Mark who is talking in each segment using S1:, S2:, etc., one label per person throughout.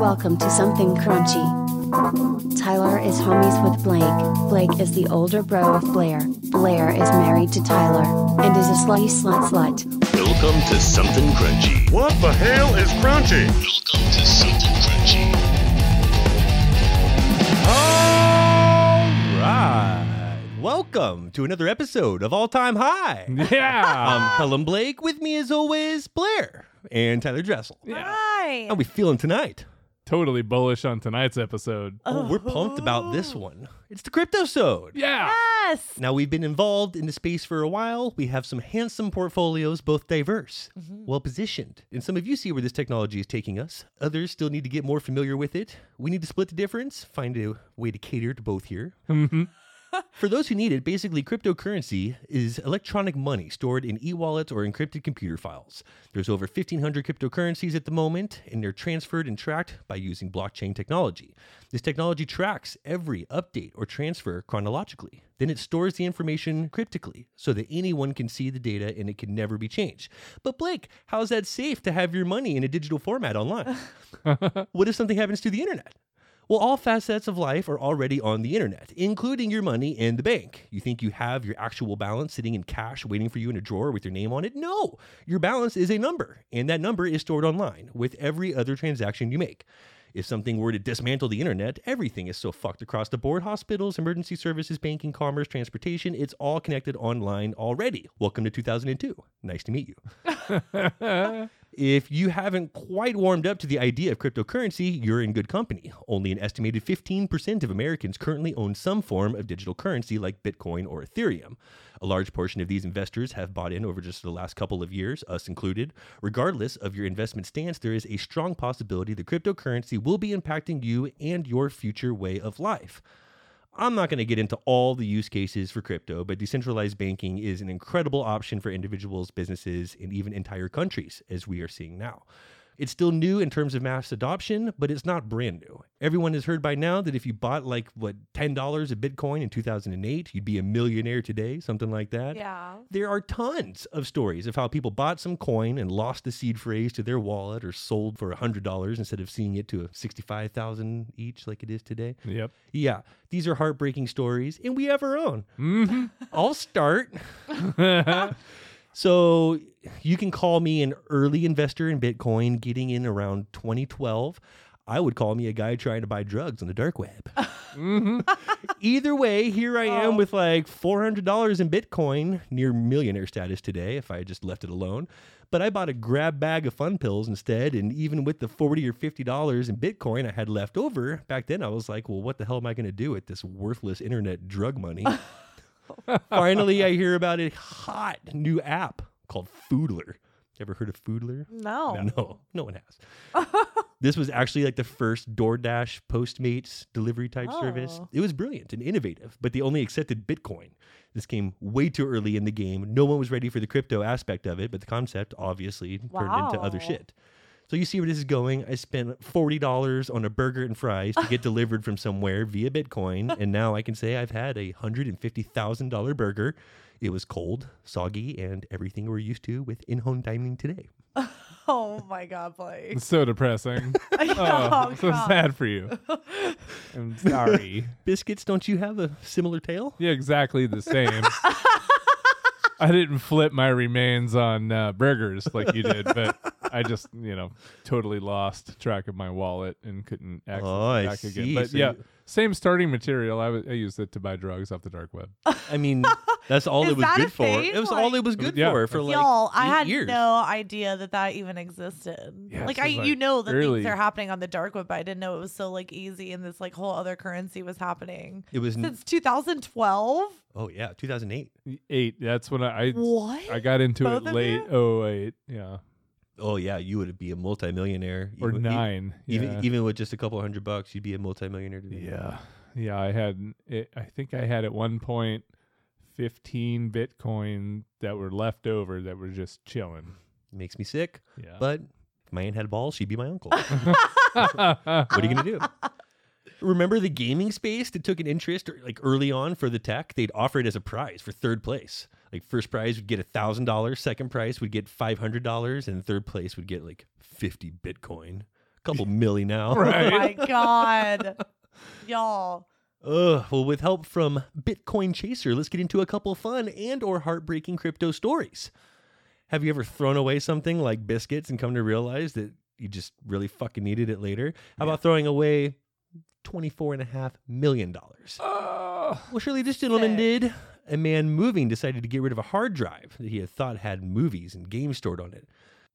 S1: Welcome to Something Crunchy. Tyler is homies with Blake. Blake is the older bro of Blair. Blair is married to Tyler and is a slutty slut slut.
S2: Welcome to Something Crunchy.
S3: What the hell is crunchy?
S2: Welcome to Something Crunchy.
S4: All right. Welcome to another episode of All Time High.
S5: Yeah.
S4: I'm Cullen Blake. With me, as always, Blair and Tyler Dressel. How
S6: Hi.
S4: are we feeling tonight?
S5: totally bullish on tonight's episode.
S4: Oh, we're pumped about this one. It's the Cryptosode.
S5: Yeah.
S6: Yes.
S4: Now, we've been involved in the space for a while. We have some handsome portfolios, both diverse, well positioned. And some of you see where this technology is taking us. Others still need to get more familiar with it. We need to split the difference, find a way to cater to both here.
S5: Mhm.
S4: For those who need it, basically, cryptocurrency is electronic money stored in e wallets or encrypted computer files. There's over 1,500 cryptocurrencies at the moment, and they're transferred and tracked by using blockchain technology. This technology tracks every update or transfer chronologically. Then it stores the information cryptically so that anyone can see the data and it can never be changed. But, Blake, how's that safe to have your money in a digital format online? what if something happens to the internet? Well, all facets of life are already on the internet, including your money in the bank. You think you have your actual balance sitting in cash waiting for you in a drawer with your name on it? No, your balance is a number, and that number is stored online with every other transaction you make. If something were to dismantle the internet, everything is so fucked across the board hospitals, emergency services, banking, commerce, transportation. It's all connected online already. Welcome to 2002. Nice to meet you. If you haven't quite warmed up to the idea of cryptocurrency, you're in good company. Only an estimated 15% of Americans currently own some form of digital currency like Bitcoin or Ethereum. A large portion of these investors have bought in over just the last couple of years, us included. Regardless of your investment stance, there is a strong possibility the cryptocurrency will be impacting you and your future way of life. I'm not going to get into all the use cases for crypto, but decentralized banking is an incredible option for individuals, businesses, and even entire countries, as we are seeing now. It's still new in terms of mass adoption, but it's not brand new. Everyone has heard by now that if you bought like what $10 of Bitcoin in 2008, you'd be a millionaire today, something like that.
S6: Yeah.
S4: There are tons of stories of how people bought some coin and lost the seed phrase to their wallet or sold for $100 instead of seeing it to 65,000 each like it is today.
S5: yep.
S4: Yeah, these are heartbreaking stories, and we have our own.
S5: hmm
S4: I'll start. So you can call me an early investor in Bitcoin, getting in around 2012. I would call me a guy trying to buy drugs on the dark web. Either way, here I am with like $400 in Bitcoin, near millionaire status today if I had just left it alone. But I bought a grab bag of fun pills instead, and even with the 40 or $50 in Bitcoin I had left over, back then I was like, well, what the hell am I going to do with this worthless internet drug money? Finally, I hear about a hot new app called Foodler. Ever heard of Foodler?
S6: No.
S4: No, no one has. this was actually like the first DoorDash Postmates delivery type service.
S6: Oh.
S4: It was brilliant and innovative, but they only accepted Bitcoin. This came way too early in the game. No one was ready for the crypto aspect of it, but the concept obviously turned into other
S6: Wow.
S4: shit. So you see where this is going. I spent $40 on a burger and fries to get delivered from somewhere via Bitcoin, and now I can say I've had a $150,000 burger. It was cold, soggy, and everything we're used to with in-home dining today.
S6: Oh my God, Blake.
S5: It's so depressing.
S6: Oh,
S5: I'm so
S6: God.
S5: sad for you. I'm sorry.
S4: Biscuits, don't you have a similar tale?
S5: yeah, exactly the same. I didn't flip my remains on uh, burgers like you did, but I just, you know, totally lost track of my wallet and couldn't access
S4: Oh, I
S5: it back
S4: see.
S5: again. But
S4: So
S5: yeah,
S4: you-
S5: same starting material. I wa- I used it to buy drugs off the dark web.
S4: I mean, that's all
S6: Is
S4: it was
S6: that a
S4: good for.
S6: thing?
S4: It was
S6: Like-
S4: all it was good
S5: Yeah.
S4: for for like
S6: Y'all, I
S4: eight
S6: had
S4: years.
S6: no idea that that even existed.
S5: Yeah,
S6: like
S5: this
S6: I,
S5: is, like,
S6: you know, that
S5: early.
S6: things are happening on the dark web, but I didn't know it was so like easy, and this like whole other currency was happening
S4: It
S5: Mm.
S4: was n-
S6: since 2012.
S4: oh yeah, 2008.
S5: Eight. That's when I, I
S6: What?
S5: I got into
S6: Both
S5: it
S6: of
S5: late.
S6: you?
S5: Oh wait, yeah,
S4: Oh yeah, you would be a multimillionaire.
S5: or
S4: even,
S5: nine.
S4: Even
S5: yeah.
S4: even with just a couple hundred bucks, you'd be a multimillionaire. Today.
S5: yeah, yeah. I had. It, I think I had at one point fifteen Bitcoin that were left over that were just chilling.
S4: makes me sick.
S5: Yeah,
S4: But if my aunt had balls, she'd be my uncle. what are you gonna do? Remember the gaming space that took an interest or, like early on for the tech? They'd offer it as a prize for third place. Like first prize would get a thousand dollars, second prize would get five hundred dollars, and third place would get like fifty Bitcoin, a couple milli now.
S6: Oh
S5: Right.
S6: my god, y'all.
S4: Ugh, well, with help from Bitcoin Chaser, let's get into a couple fun and or heartbreaking crypto stories. Have you ever thrown away something like biscuits and come to realize that you just really fucking needed it later? How about throwing away $24.5 million?
S5: Oh,
S4: Well, surely this gentleman
S6: Sick.
S4: did. A man moving decided to get rid of a hard drive that he had thought had movies and games stored on it.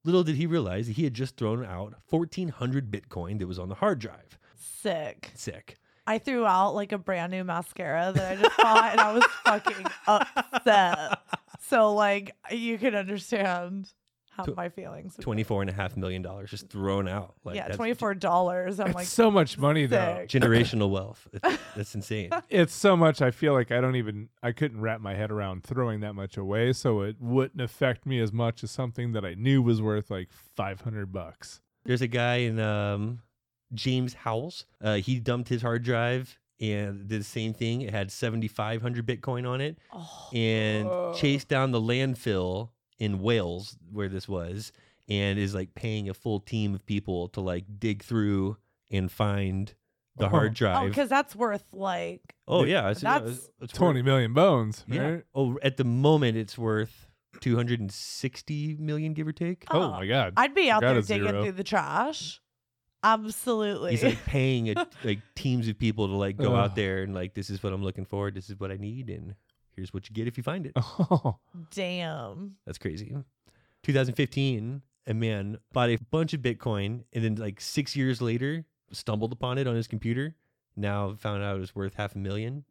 S4: Little did he realize that he had just thrown out 1,400 Bitcoin that was on the hard drive.
S6: Sick.
S4: Sick.
S6: I threw out like a brand new mascara that I just bought and I was fucking upset. So like you can understand how
S4: Tw-
S6: my feelings. would be.
S4: $24.5 million just thrown out. Like,
S6: yeah,
S4: that's-
S6: twenty four dollars. I'm
S5: it's
S6: like
S5: so much money though.
S6: sick.
S4: generational wealth. That's, that's insane.
S5: It's so much. I feel like I don't even. I couldn't wrap my head around throwing that much away, so it wouldn't affect me as much as something that I knew was worth like five hundred bucks.
S4: There's a guy in um, James Howells. Uh, he dumped his hard drive and did the same thing. It had 7,500 Bitcoin on it
S6: Oh,
S4: and
S5: Whoa.
S4: chased down the landfill in Wales where this was and is like paying a full team of people to like dig through and find the
S5: Oh.
S4: hard drive.
S6: because that's worth like
S4: Oh, yeah. It's, yeah,
S6: That's
S4: it's worth-
S5: Twenty million bones,
S4: Yeah.
S5: right?
S4: Oh, at the moment, it's worth 260 million, give or take.
S5: Oh,
S6: Oh,
S5: my god.
S6: I'd be out
S5: Got
S6: there
S5: a
S6: digging
S5: zero.
S6: through the trash. Absolutely.
S4: He's like paying a, like teams of people to like go out
S5: Ugh.
S4: there and like this is what I'm looking for, this is what I need, and here's what you get if you find it.
S5: oh,
S6: Damn.
S4: That's crazy. 2015, a man bought a bunch of Bitcoin and then like six years later stumbled upon it on his computer. Now found out it was worth half a million.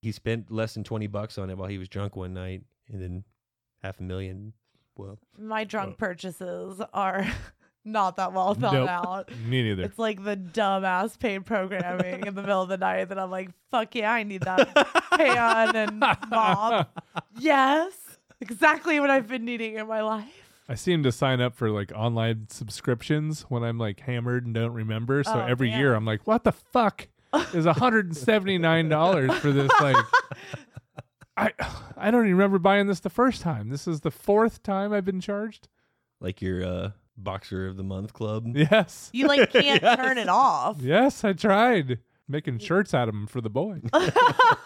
S4: He spent less than 20 bucks on it while he was drunk one night, and then half a million. Well,
S6: My drunk
S5: Well-
S6: purchases are not that well thought
S5: Nope.
S6: out.
S5: me neither.
S6: It's like the dumbass paid programming in the middle of the night that I'm like, fuck yeah, I need that pan and mop. Yes, exactly what I've been needing in my life.
S5: I seem to sign up for like online subscriptions when I'm like hammered and don't remember. So
S6: Oh,
S5: every
S6: yeah.
S5: year I'm like, what the fuck is $179 for this? Like, I I don't even remember buying this the first time. This is the fourth time I've been charged.
S4: like your uh, boxer of the month club.
S5: Yes.
S6: You like can't turn it off.
S5: Yes, I tried making shirts out of them for the boy.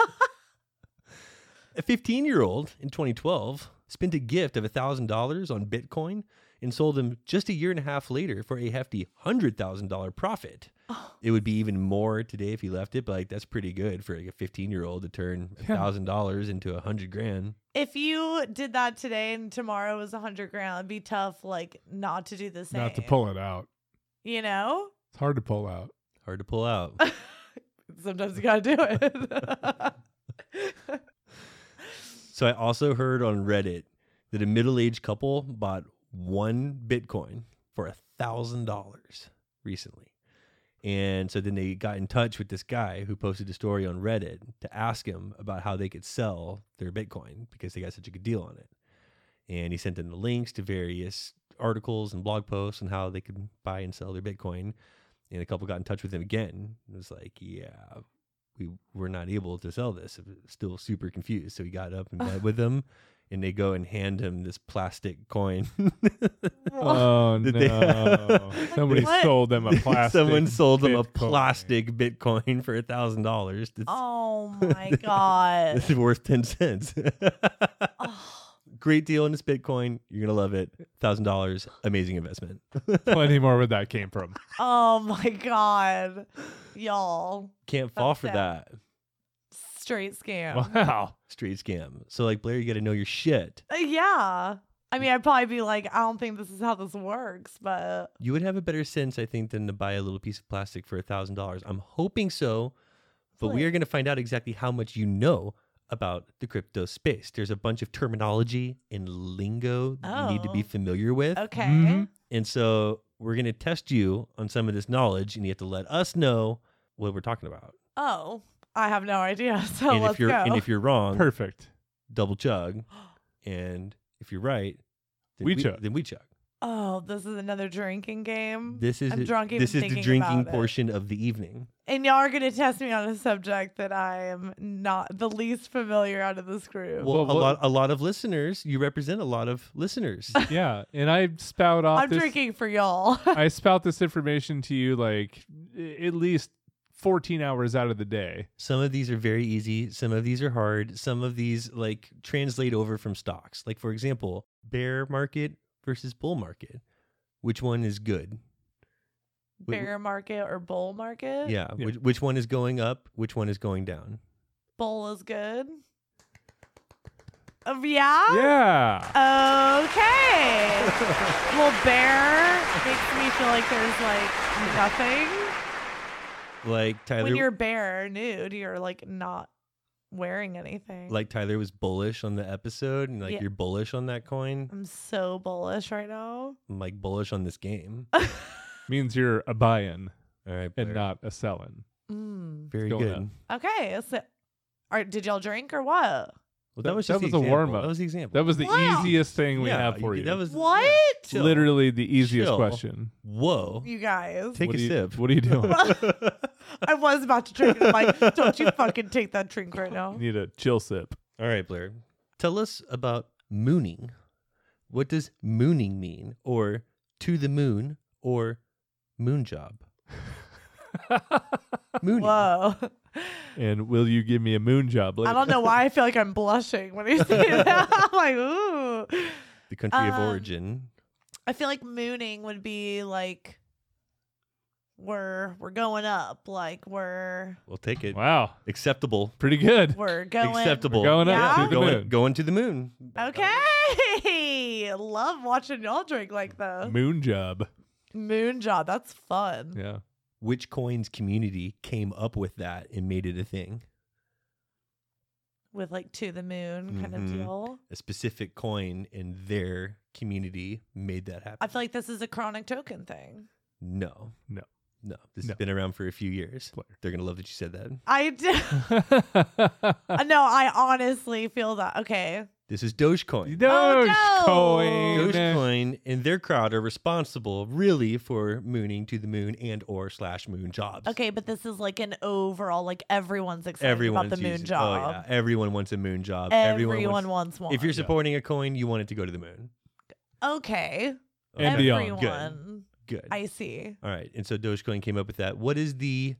S4: A 15 year old in 2012 spent a gift of $1,000 on Bitcoin and sold them just a year and a half later for a hefty $100,000 profit. It would be even more today if he left it, but like that's pretty good for like a 15 year old to turn
S5: Yeah.
S4: $1,000 into a 100 grand.
S6: If you did that today and tomorrow was 100 grand, it'd be tough, like, not to do the same.
S5: Not to pull it out.
S6: You know?
S5: It's hard to pull out.
S4: Hard to pull out.
S6: Sometimes you gotta do it.
S4: so I also heard on Reddit that a middle aged couple bought one Bitcoin for $1,000 recently. And so then they got in touch with this guy who posted a story on Reddit to ask him about how they could sell their Bitcoin because they got such a good deal on it. And he sent them the links to various articles and blog posts on how they could buy and sell their Bitcoin. And a couple got in touch with him again. It was like, yeah, we were not able to sell this. Still super confused. So he got up and met with them. And they go and hand him this plastic coin.
S5: Oh,
S4: Did they-
S5: no. Somebody
S6: What?
S5: sold them a plastic.
S4: Someone sold them a
S5: Bitcoin.
S4: plastic Bitcoin for a thousand dollars.
S6: oh my God.
S4: This is worth ten cents.
S6: Oh,
S4: Great deal on this Bitcoin. You're gonna love it. Thousand dollars, amazing investment.
S5: Plenty more where that came from.
S6: oh my God. Y'all.
S4: Can't fall
S6: That's
S4: for
S6: sad.
S4: that
S6: Straight scam.
S5: Wow.
S4: street scam. So like Blair, you gotta know your shit.
S6: Uh, yeah. I mean, I'd probably be like, I don't think this is how this works, but
S4: You would have a better sense, I think, than to buy a little piece of plastic for a thousand dollars. I'm hoping so, but we
S6: Slick.
S4: are gonna find out exactly how much you know about the crypto space. There's a bunch of terminology and lingo that you need to be
S6: Oh.
S4: familiar with.
S6: okay.
S4: Mm-hmm.
S5: Mhm.
S4: And so we're going to test you on some of this knowledge, and you have to let us know what we're talking about.
S6: Oh, I have no idea. So
S4: and
S6: Oh, let's
S4: if you're
S6: go.
S4: and if you're wrong,
S5: Perfect.
S4: double chug. And if you're right, then
S5: We chug.
S4: Then we chug.
S6: oh, involved. This is another drinking game.
S4: This is
S6: I'm
S4: it-
S6: drunk even
S4: this is the
S6: thinking
S4: drinking
S6: about it.
S4: portion of the evening.
S6: And y'all are gonna test me on a subject that I am not the least familiar out of this group.
S4: Well,
S5: Well,
S4: a
S5: what-
S4: lot a lot of listeners. You represent a lot of listeners.
S5: yeah, and I spout off.
S6: I'm
S5: this,
S6: drinking for y'all.
S5: I spout this information to you like i- at least 14 hours out of the day.
S4: Some of these are very easy. Some of these are hard. Some of these like translate over from stocks. Like for example, bear market versus bull market. Which one is good? Wh-
S6: Bear market or bull market?
S4: Yeah.
S5: Yeah.
S4: Which, which one is going up? Which one is going down?
S6: Bull is good. Uh, yeah?
S5: yeah.
S6: Okay. well, bear makes me feel like there's like nothing.
S4: Like Tyler
S6: When you're bare nude, you're like not wearing anything.
S4: like Tyler was bullish on the episode and like
S6: Yeah.
S4: you're bullish on that coin.
S6: I'm so bullish right now.
S4: I'm like bullish on this game.
S5: Means you're a buy-in
S4: All right.
S5: and
S4: Blair.
S5: not a sell-in.
S6: Mm.
S4: very
S5: uh, going
S4: good.
S5: up.
S6: Okay. So, all right, did y'all drink or what?
S4: Well,
S5: That-
S4: that was
S5: that
S4: just the
S5: was a
S4: example.
S5: warm-up.
S4: That was the example.
S5: That was the
S6: Wow.
S5: easiest thing we
S4: Yeah,
S5: have for you.
S4: That was yeah.
S6: What?
S4: Chill.
S5: literally the easiest
S4: Chill.
S5: question.
S4: Whoa.
S6: You guys.
S4: Take
S5: what
S4: a
S5: do you-
S4: sip.
S5: What are you doing?
S6: I was about to drink. and I'm like, don't you fucking take that drink right now.
S5: Need a chill sip.
S4: All right, Blair. Tell us about mooning. What does mooning mean? Or to the moon or moon job? Mooning.
S6: Whoa.
S5: And will you give me a moon job later?
S6: I don't know why I feel like I'm blushing when you say that. I'm like, ooh.
S4: The country of
S6: Um,
S4: origin.
S6: I feel like mooning would be like we're we're going up, like we're
S4: We'll take it.
S5: Wow.
S4: Acceptable.
S5: Pretty good.
S6: we're going
S4: Acceptable.
S5: going
S6: up Yeah?
S5: to the
S4: going,
S5: moon.
S4: going to the moon.
S6: Okay, love watching y'all drink like the
S5: Moon job.
S6: moon job. That's fun.
S5: Yeah.
S4: Which coins community came up with that and made it a thing?
S6: With like to the moon kind of
S4: Mhm.
S6: deal.
S4: A specific coin in their community made that happen.
S6: I feel like this is a chronic token thing.
S4: No.
S5: No.
S4: No. This
S5: No.
S4: has been around for a few years.
S5: Blair.
S4: They're going to love that you said that.
S6: I do. Uh, no, I honestly feel that. Okay,
S4: This is Dogecoin.
S5: Dogecoin.
S4: Dogecoin and their crowd are responsible really for mooning to the moon and or slash moon jobs.
S6: okay, but this is like an overall, like everyone's excited
S4: Everyone's
S6: about the moon
S4: using-
S6: job.
S4: Oh yeah. Everyone wants a moon job.
S6: Everyone,
S4: wants,
S6: wants, one.
S4: If you're
S5: Yeah.
S4: supporting a coin, you want it to go to the moon.
S6: okay,
S5: And
S4: Okay.
S5: beyond.
S6: everyone.
S4: Good.
S6: I see.
S4: All right. And so Dogecoin came up with that. What is the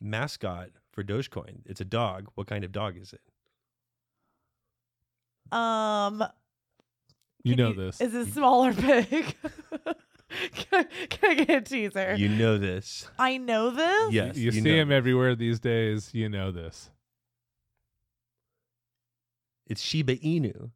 S4: mascot for Dogecoin? It's a dog. What kind of dog is it?
S6: Um,
S5: You
S6: can
S5: know this.
S6: Is it small or big? can, I, can I get a teaser?
S4: You know this.
S6: I know this.
S4: Yes.
S5: you, see
S4: know
S5: him everywhere these days. You know this.
S4: It's Shiba Inu,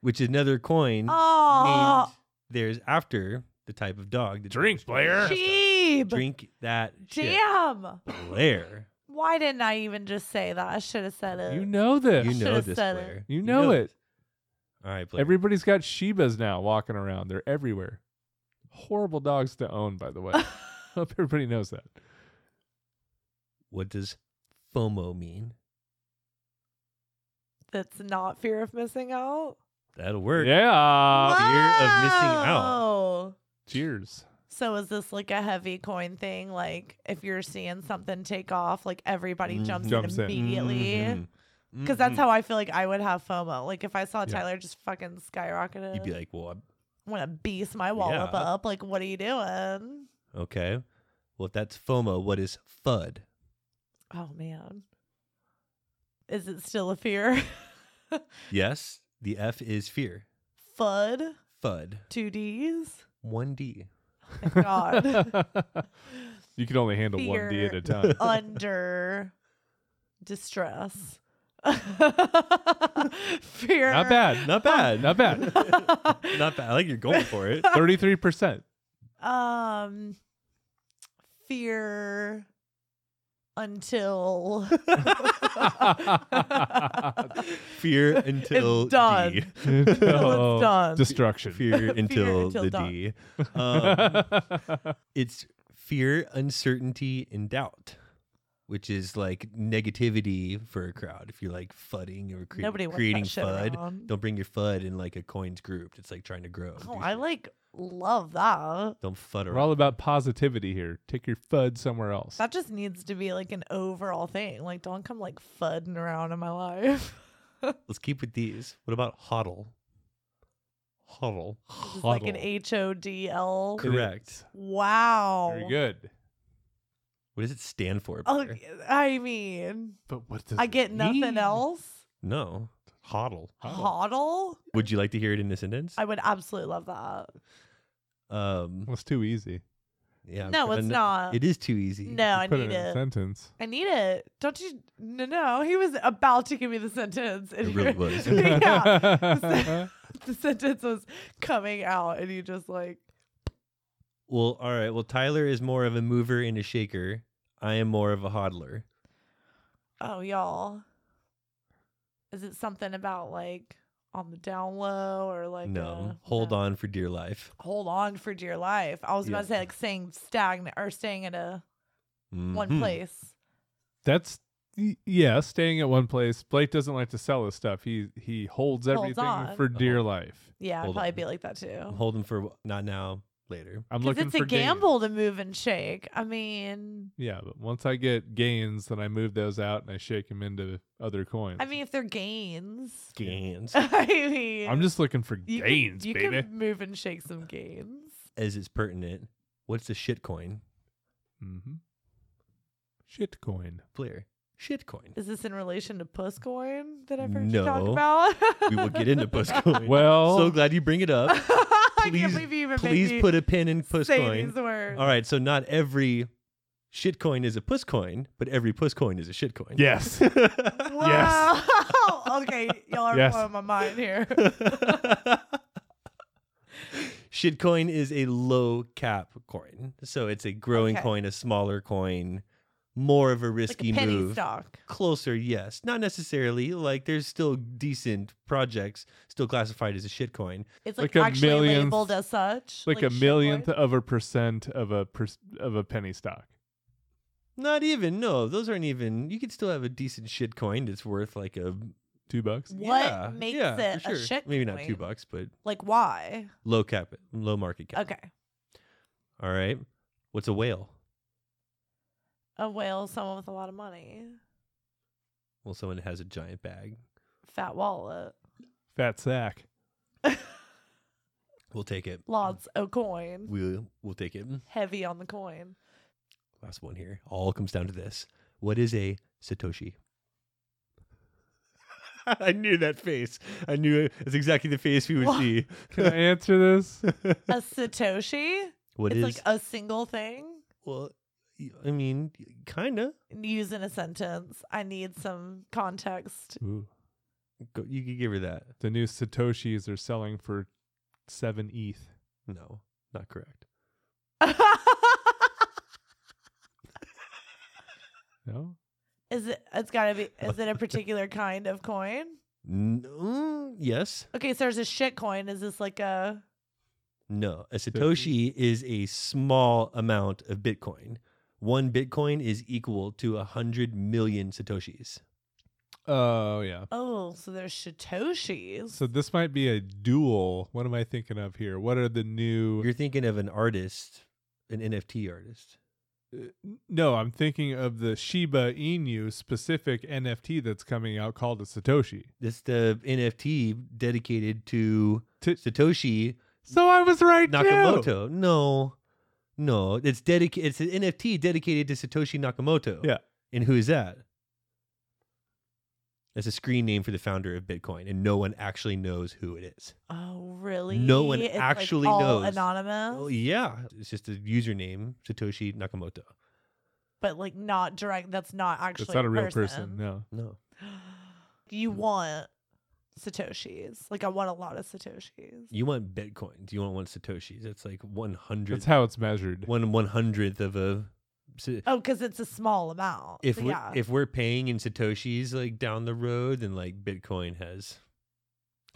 S4: which is another coin named
S6: Oh,
S4: there's after the type of dog. that
S5: Drink,
S4: Dogecoin
S5: Blair.
S4: is.
S6: Jeeb.
S4: Drink that shit,
S6: Damn.
S4: Blair.
S6: Why didn't I even just say that? I should have said it.
S5: You know this.
S4: You
S6: should've
S4: know this,
S6: said it.
S4: Blair.
S5: You know it.
S4: All right, Blair.
S5: Everybody's got Shibas now walking around. They're everywhere. Horrible dogs to own, by the way. Hope everybody knows that.
S4: what does FOMO mean?
S6: That's not fear of missing out.
S4: That'll work.
S5: Yeah.
S4: fear of missing out.
S6: Whoa.
S5: Cheers.
S6: So is this like a heavy coin thing? Like if you're seeing something take off, like everybody
S4: Mhm.
S6: jumps,
S5: Jumps
S6: in
S5: in.
S6: immediately.
S4: Mhm.
S6: Because
S4: Mhm.
S6: that's how I feel like I would have FOMO. Like if I saw
S5: Yeah.
S6: Tyler just fucking skyrocketed,
S4: you'd be like, well, I'm-
S6: want to beast my wall up
S4: Yeah.
S6: up. Like what are you doing?
S4: okay. Well, if that's FOMO, what is FUD?
S6: Oh man, is it still a fear?
S4: Yes, the F is fear.
S6: Fud,
S4: FUD.
S6: two D's.
S4: 1D.
S6: Thank God,
S5: you can only handle one D
S6: Fear.
S5: at a time.
S6: under distress. fear.
S5: Not bad.
S4: Not bad.
S5: Not bad.
S4: Not bad. I like you're going for it.
S5: 33%.
S6: Um, fear until
S4: Fear until
S6: done.
S4: D.
S5: No.
S6: done.
S5: Destruction.
S4: Fear until,
S6: until
S4: the
S6: done.
S4: D. Um, it's fear, uncertainty, and doubt, which is like negativity for a crowd. If you're like fudding or cre-
S6: nobody wants
S4: creating
S6: that shit
S4: FUD,
S6: around.
S4: don't bring your FUD in like a coins group that's like trying to grow. Do
S6: Oh, I
S4: shit.
S6: like love that.
S4: Don't futter.
S5: We're all about positivity here. Take your FUD somewhere else.
S6: That just needs to be like an overall thing. Like, don't come like fudding around in my life.
S4: Let's keep with these. What about hodl? Hodl.
S6: It's like an
S5: Huddle.
S6: H O D L.
S5: It is.
S4: Correct.
S6: Wow.
S5: Very good.
S4: What does it stand for?
S6: Oh,
S4: Blair?
S6: I mean,
S5: But what does
S6: I
S5: it
S6: get
S5: mean? Oh.
S6: nothing else.
S4: No. Hodl.
S5: Huddle.
S6: Hodl?
S4: Would you like to hear it in a sentence?
S6: I would absolutely love that.
S4: Um,
S5: That's too easy.
S4: yeah. I'm
S6: No,
S4: trying
S6: it's
S4: to-
S6: not.
S4: It is too easy.
S6: No, I
S5: Put it
S6: need
S5: in a
S6: it.
S5: sentence.
S6: I need it. Don't you? No, no. He was about to give me the sentence. And
S4: It really
S6: you're-
S4: was.
S6: yeah. The sentence was coming out, and you just like,
S4: Well, all right. Well, Tyler is more of a mover and a shaker. I am more of a hodler.
S6: oh, y'all. Is it something about like on the down low or like?
S4: no.
S6: a-
S4: Hold
S6: no.
S4: on for dear life.
S6: Hold on for dear life. I was about to
S4: Yeah.
S6: say like staying stagnant or staying at a one
S4: Mhm.
S6: place.
S5: That's y- yeah, staying at one place. Blake doesn't like to sell his stuff. He he holds
S6: Holds
S5: everything
S6: on.
S5: for dear life.
S6: Yeah, I'd
S4: Hold
S6: probably
S4: on.
S6: be like that
S4: I'm
S6: too.
S4: holding for wh- not now, later.
S5: I'm
S6: Because
S5: looking
S6: it's
S5: for
S6: a
S5: gains.
S6: gamble to move and shake. I mean,
S5: Yeah, but once I get gains, then I move those out and I shake them into other coins.
S6: I mean, if they're gains,
S4: Gains.
S6: I mean,
S5: I'm just looking for
S6: you
S5: gains,
S6: Can, you
S5: baby.
S6: can move and shake some gains.
S4: As it's pertinent. What's a shit coin?
S5: Mm-hmm. Shit coin.
S4: Blair. Shit coin.
S6: Is this in relation to puss coin that I've heard you talk
S4: No.
S6: about?
S4: We will get into puss coin.
S5: Well,
S4: so glad you bring it up.
S6: I
S4: Please-
S6: can't believe you even
S4: Please
S6: made
S4: put
S6: me
S4: a pin in puss
S6: say
S4: coin.
S6: these words.
S4: All right, so not every shit coin is a puss coin, but every puss coin is a shit coin.
S5: yes.
S6: Wow. okay, y'all are
S5: Yes.
S6: blowing my mind here.
S4: Shitcoin is a low cap coin. So it's a growing
S6: Okay.
S4: coin, a smaller coin, more of a
S6: like a
S4: risky
S6: penny
S4: move.
S6: stock.
S4: Closer, yes. Not necessarily. Like there's still decent projects still classified as a shitcoin.
S6: It's like,
S5: Like a
S6: actually
S5: millionth-
S6: labeled as such.
S5: like, a
S6: shit
S5: millionth
S6: coin.
S5: of a percent of a per- of a penny stock.
S4: Not even, no, those aren't even you could still have a decent shitcoin that's worth like a
S5: Two bucks.
S6: What
S4: yeah,
S6: makes
S4: yeah,
S6: it
S4: for
S6: a
S4: sure.
S6: shit
S4: Maybe not
S6: coin?
S4: two bucks, but
S6: Like why?
S4: low cap low market cap.
S6: Okay.
S4: All right. What's a whale?
S6: A whale, someone with a lot of money.
S4: Well, someone that has a giant bag.
S6: Fat wallet.
S5: Fat sack.
S4: We'll take it.
S6: Lots of coin.
S4: We'll we'll take it.
S6: Heavy on the coin.
S4: Last one here. All comes down to this. What is a Satoshi? I knew that face. I knew it. It's exactly the face we would
S6: What?
S4: see.
S5: Can I answer this?
S6: A Satoshi?
S4: What
S6: it's
S4: is?
S6: like a single thing.
S4: well, y- I mean, kinda.
S6: Use in a sentence. I need some context.
S5: Ooh.
S4: Go- You could give her that.
S5: The new Satoshis are selling for seven ETH.
S4: No, not correct.
S5: No?
S6: is it it's gotta be is it a particular kind of coin?
S4: No. Yes.
S6: Okay, so there's a shit coin. Is this like a
S4: No. A Satoshi is a small amount of Bitcoin. One Bitcoin is equal to a hundred million Satoshis.
S5: Oh, yeah.
S6: oh, so there's Satoshis.
S5: So this might be a dual. What am I thinking of here? What are the new?
S4: You're thinking of an artist, an NFT artist.
S5: uh, No, I'm thinking of the Shiba Inu specific NFT that's coming out called a Satoshi.
S4: It's the NFT dedicated to
S5: To-
S4: Satoshi
S5: So I was right. too!
S4: Nakamoto. No, no, it's dedicated. It's an NFT dedicated to Satoshi Nakamoto.
S5: Yeah.
S4: and who is that? That's a screen name for the founder of Bitcoin, and no one actually knows who it is.
S6: Oh, really?
S4: No one
S6: It's,
S4: actually
S6: like all
S4: knows.
S6: Anonymous,
S4: Oh, yeah, it's just a username, Satoshi Nakamoto.
S6: but like not direct. That's not actually.
S5: It's not a real person. No.
S4: No,
S6: You want satoshis? Like I want a lot of satoshis.
S4: you want Bitcoins. You don't want Satoshis. It's like one hundred
S5: That's how it's measured.
S4: one one hundredth of a. so
S6: Oh, because it's a small amount.
S4: if
S6: So,
S4: we're
S6: yeah.
S4: if we're paying in satoshis like down the road, then like Bitcoin has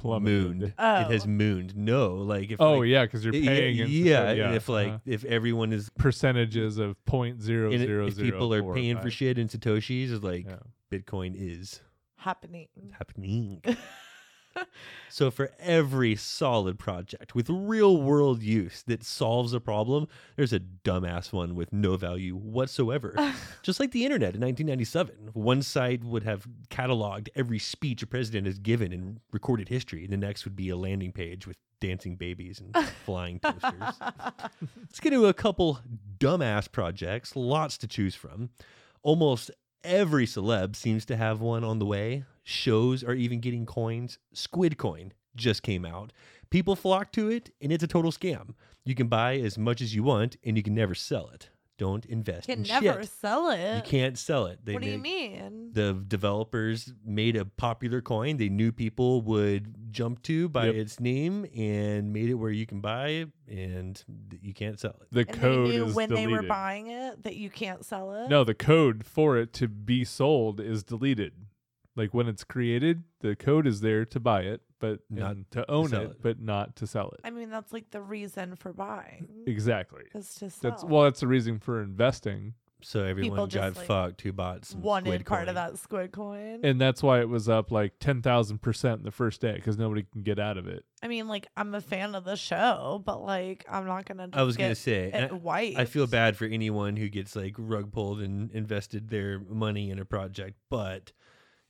S4: mooned. It has
S6: Oh.
S4: mooned. No, like if
S5: Oh
S4: like,
S5: yeah, because you're
S4: y- y-
S5: paying. in
S4: yeah,
S5: Sato-
S4: and if like
S5: uh,
S4: if everyone is
S5: percentages of point zero
S4: in it-
S5: zero
S4: if
S5: zero.
S4: people are
S5: four,
S4: paying for
S5: five.
S4: shit in satoshis, it's like
S5: Yeah.
S4: Bitcoin is
S6: happening.
S4: happening. So, for every solid project with real world use that solves a problem, there's a dumbass one with no value whatsoever. Just like the internet in 1997. One side would have cataloged every speech a president has given in recorded history, and the next would be a landing page with dancing babies and flying posters. Let's get into a couple dumbass projects, lots to choose from. Almost every celeb seems to have one on the way. Shows are even getting coins. Squid Coin just came out. People flock to it, and it's a total scam. You can buy as much as you want, and you can never sell it. Don't invest
S6: Can
S4: in
S6: never
S4: shit.
S6: sell
S4: You
S6: it.
S4: can't sell it. They
S6: what do you
S4: make-
S6: mean?
S4: The developers made a popular coin they knew people would jump to by
S5: Yep.
S4: its name and made it where you can buy it and th- you can't sell it.
S5: The
S6: and they
S5: code
S6: knew
S5: is
S6: when
S5: deleted.
S6: they were buying it that you can't sell it.
S5: No, the code for it to be sold is deleted. Like when it's created, the code is there to buy it, but
S4: Not
S5: and to own
S4: sell
S5: it,
S4: it.
S5: but not to sell it.
S6: I mean that's like the reason for buying
S5: exactly.
S6: is to sell.
S5: That's well, that's the reason for investing,
S4: So
S6: People
S4: everyone
S6: just,
S4: got
S6: like,
S4: fucked who bought some
S6: wanted
S4: Squid
S6: part
S4: Coin.
S6: of that squid coin.
S5: and that's why it was up like ten thousand percent the first day because nobody can get out of it.
S6: I mean, like I'm a fan of the show, but like I'm not gonna.
S4: I was
S6: get
S4: gonna say,
S6: it
S4: and
S6: white.
S4: I, I feel bad for anyone who gets like rug pulled and invested their money in a project, but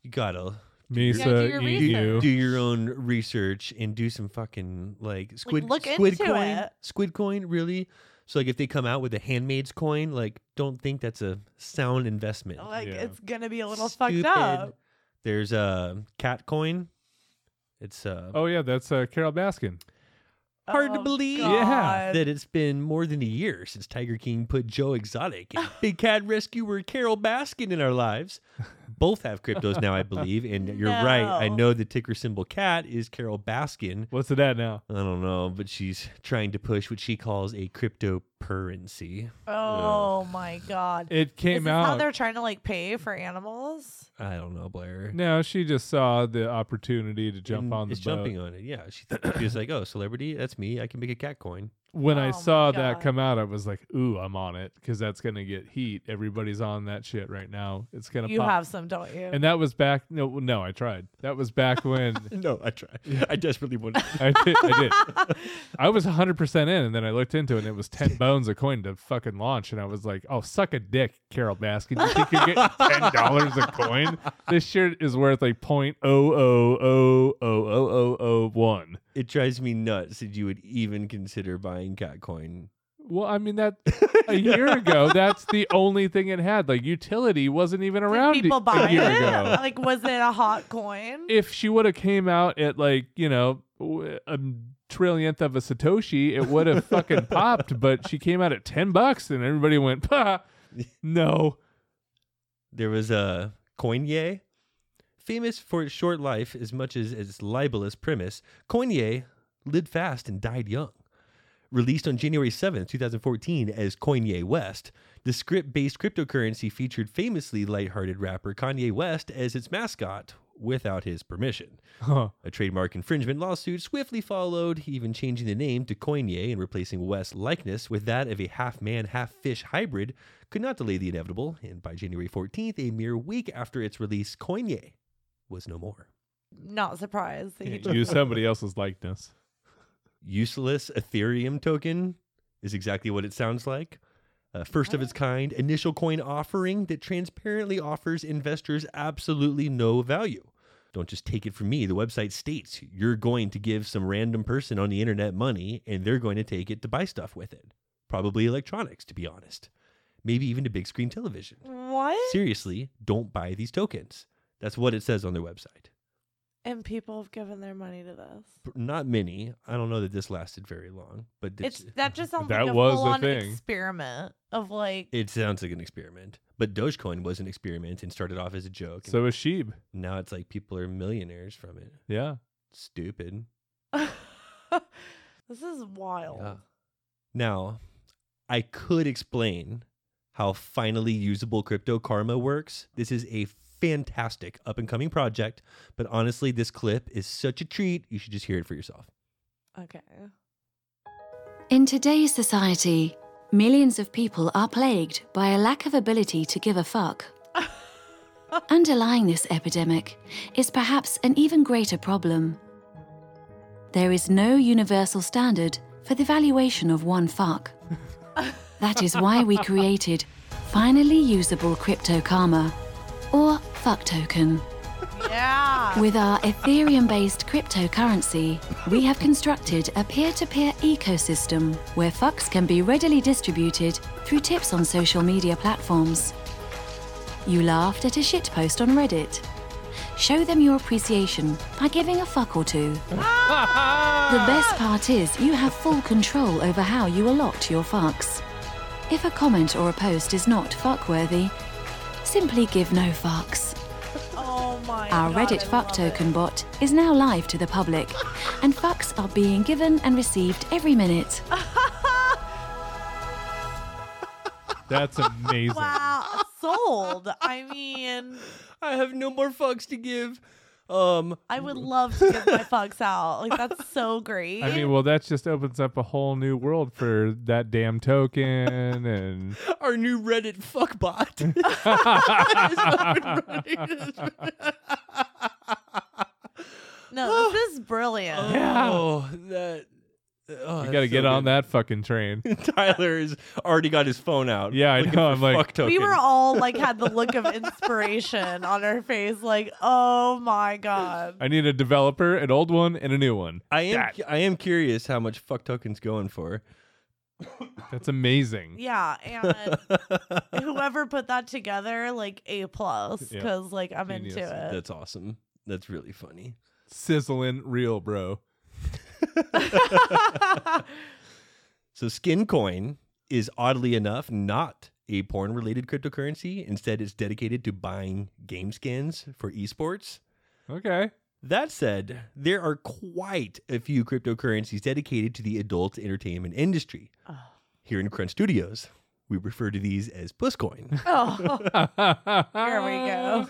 S4: you gotta
S5: Misa, E
S7: your
S5: eat
S7: research.
S5: you.
S4: do your own research and do some fucking like squid
S6: look
S4: squid
S6: into
S4: coin
S6: it.
S4: squid coin really. So like if they come out with a handmaid's coin, like don't think that's a sound investment.
S6: Like
S5: Yeah.
S6: it's gonna be Oh, a little
S4: Stupid.
S6: fucked up.
S4: There's a uh, cat coin. It's uh,
S5: Oh yeah, that's uh, Carol Baskin.
S4: Hard to
S6: Oh,
S4: believe.
S5: Yeah.
S6: God.
S4: that it's been more than a year since Tiger King put Joe Exotic and Big Cat Rescuer Carol Baskin in our lives. Both have cryptos now, I believe. And you're right. I
S6: No.
S4: know the ticker symbol cat is Carol Baskin.
S5: What's it at now?
S4: I don't know, but she's trying to push what she calls a cryptocurrency.
S6: Oh my god.
S5: It
S6: Is
S5: came
S6: this how
S5: out.
S6: they're trying to like pay for animals?
S4: I don't know, Blair.
S5: No, she just saw the opportunity to jump
S4: And
S5: on the
S4: is
S5: boat.
S4: jumping on it. Yeah, she, th- she was like, "Oh, celebrity, that's me. I can make a cat coin."
S5: when
S6: Oh
S5: I
S6: my
S5: saw that
S6: God.
S5: come out, I was like, "Ooh, I'm on it," because that's gonna get heat. Everybody's on that shit right now. It's gonna
S6: You
S5: pop.
S6: have some, don't you?
S5: and that was back. No, well, no, I tried. That was back when
S4: No, I try. I desperately want.
S5: I did. I, did. I was 100 percent in, and then I looked into it, and it was 10 bones a coin to fucking launch, and I was like, "Oh, suck a dick, Carol Baskin. You think you're getting 10 dollars a coin? This shit is worth like point oh oh oh oh oh oh oh one."
S4: It drives me nuts that you would even consider buying cat coin.
S5: Well, I mean that a year ago, that's the only thing it had. Like utility wasn't even around
S6: Did people
S5: a
S6: buy
S5: year
S6: it?
S5: ago.
S6: Like, was it a hot coin?
S5: If she would have came out at like you know w- a trillionth of a satoshi, it would have fucking popped. But she came out at ten bucks, and everybody went, "Pah, no."
S4: There was a Coignier, famous for its short life as much as its libelous premise. Coignier lived fast and died young. Released on January 7th, 2014, as Coignier West, the script based cryptocurrency featured famously lighthearted rapper Kanye West as its mascot without his permission.
S5: Huh.
S4: A trademark infringement lawsuit swiftly followed, even changing the name to Coinier and replacing West's likeness with that of a half man, half fish hybrid could not delay the inevitable, and by January 14th, a mere week after its release, Coinier was no more.
S6: Not surprised. That you
S5: Can't use somebody else's likeness.
S4: Useless Ethereum token is exactly what it sounds like. A first of its
S6: Oh.
S4: kind initial coin offering that transparently offers investors absolutely no value. Don't just take it from me. The website states you're going to give some random person on the internet money and they're going to take it to buy stuff with it. Probably electronics, to be honest. Maybe even a big screen television.
S6: what?
S4: Seriously, don't buy these tokens. That's what it says on their website.
S6: And people have given their money to this.
S4: But Not many. I don't know that this lasted very long, but
S6: It's that just sounds
S5: That
S6: like a
S5: was the
S6: full-on
S5: thing.
S6: experiment of like
S4: It sounds like an experiment, but Dogecoin was an experiment and started off as a joke. and
S5: So is Sheeb.
S4: now it's like people are millionaires from it.
S5: Yeah.
S4: Stupid.
S6: this is wild.
S4: Yeah. Now, I could explain how finally usable crypto karma works. This is a fantastic up and coming project, but honestly, this clip is such a treat. You should just hear it for yourself.
S6: Okay.
S7: In today's society, millions of people are plagued by a lack of ability to give a fuck. Underlying this epidemic is perhaps an even greater problem There is no universal standard for the valuation of one fuck. that is why we created finally usable crypto karma, or fuck token.
S6: Yeah.
S7: With our Ethereum based cryptocurrency, we have constructed a peer to peer ecosystem where fucks can be readily distributed through tips on social media platforms. You laughed at a shitpost on Reddit. Show them your appreciation by giving a fuck or two. The best part is you have full control over how you allot your fucks. If a comment or a post is not fuckworthy, simply give no fucks.
S6: Oh my
S7: Our
S6: God,
S7: Reddit
S6: I
S7: fuck
S6: love it.
S7: token bot is now live to the public, and fucks are being given and received every minute.
S5: That's amazing.
S6: Wow. Sold. I mean,
S4: I have no more fucks to give. Um,
S6: I would love to give my fucks out. Like that's so great.
S5: Mm-hmm. I mean, well, that just opens up a whole new world for that damn token and
S4: our new Reddit fuckbot.
S6: no, this is brilliant.
S4: Oh, that. Oh,
S5: you got to get on that fucking train.
S4: that. Tyler's already got his phone out.
S5: Yeah, I
S4: looking
S5: know,
S4: for
S5: I'm like-
S4: fuck token.
S6: We were all like had the look of inspiration on our face, like, oh my god.
S5: I need a developer, an old one, and a new one.
S4: I am.
S5: That-
S4: I am curious how much fuck tokens going for.
S5: That's amazing.
S6: Yeah, and whoever put that together, like A plus,
S5: Yeah.
S6: because like I'm
S5: Genius.
S6: into it.
S4: That's awesome. That's really funny.
S5: Sizzling real, bro.
S4: So Skincoin is oddly enough not a porn related cryptocurrency. Instead, it's dedicated to buying game skins for esports.
S5: Okay.
S4: That said, there are quite a few cryptocurrencies dedicated to the adult entertainment industry. Here in Crunch Studios, we refer to these as Pusscoin,
S6: Oh,
S5: Here
S6: here we go.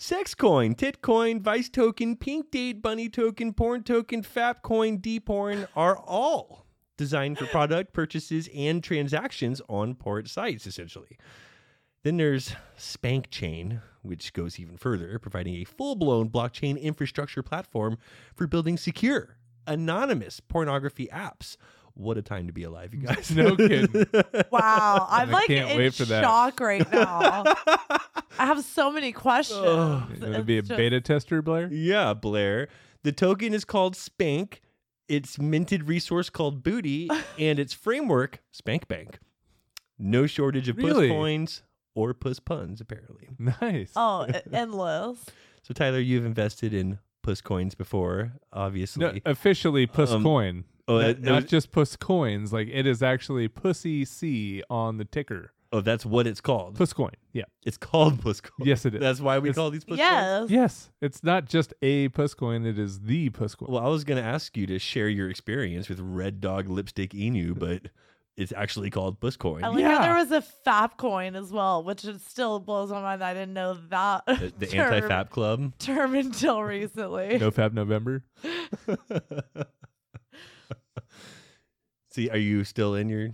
S4: Sexcoin, Titcoin, Vice Token, Pink Date, Bunny Token, Porn Token, Fapcoin, Dporn are all designed for product purchases and transactions on port sites, essentially. Then there's Spank Chain, which goes even further, providing a full blown blockchain infrastructure platform for building secure, anonymous pornography apps. What a time to be alive, you guys.
S5: No kidding.
S6: Wow. I'm
S5: I
S6: like
S5: can't
S6: in
S5: wait for that.
S6: shock right now. I have so many questions.
S5: It'll be a
S6: It's just-
S5: beta tester, Blair.
S4: Yeah, Blair. The token is called Spank. It's minted resource called Booty, and its framework Spank Bank. No shortage of
S5: Really?
S4: puss coins or puss puns, apparently.
S5: Nice.
S6: Oh, e- endless.
S4: So Tyler, you've invested in puss coins before,
S5: No, uh,
S4: obviously.
S5: officially puss
S4: Um,
S5: coin.
S4: oh,
S5: not,
S4: it- it
S5: not
S4: was-
S5: just puss coins. Like it is actually pussy C on the ticker.
S4: Oh, that's what it's called.
S5: Puss coin. Yeah.
S4: It's called puss coins.
S5: Yes, it is.
S4: That's why we
S5: It's-
S4: call these puss coins.
S6: yes.
S5: Yes. It's not just a puss coin. It is the puss coin.
S4: Well, I was going to ask you to share your experience with Red Dog Lipstick Emu, but it's actually called puss coin.
S6: I like
S5: Yeah.
S6: how there was a fap coin as well, which it still blows my mind. that I didn't know that
S4: the the
S6: term,
S4: anti-fap club.
S6: term until recently.
S5: No Fab November.
S4: See, are you still in your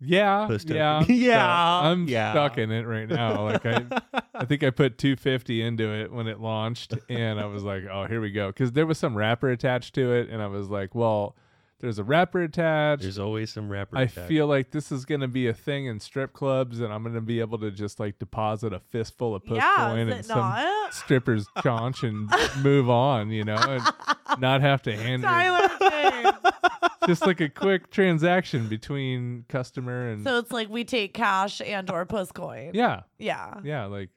S5: Yeah.
S4: Puss token.
S5: yeah.
S4: Yeah,
S5: I'm
S4: yeah.
S5: stuck in it right now. Like I, I think I put 250 into it when it launched, and I was like, "Oh, here we go," because there was some wrapper attached to it, and I was like, "Well, there's a wrapper attached.
S4: There's always some rapper.
S5: I
S4: attack.
S5: feel like this is gonna be a thing in strip clubs, and I'm gonna be able to just like deposit a fistful of puss
S6: yeah,
S5: coin
S6: is
S5: and
S6: it
S5: some
S6: not?
S5: stripper's chaunch and move on, you know, and not have to hand her
S6: Tyler James.
S5: just like a quick transaction between customer and
S6: So it's like we take cash and or puss coin.
S5: yeah,
S6: Yeah.
S5: yeah, like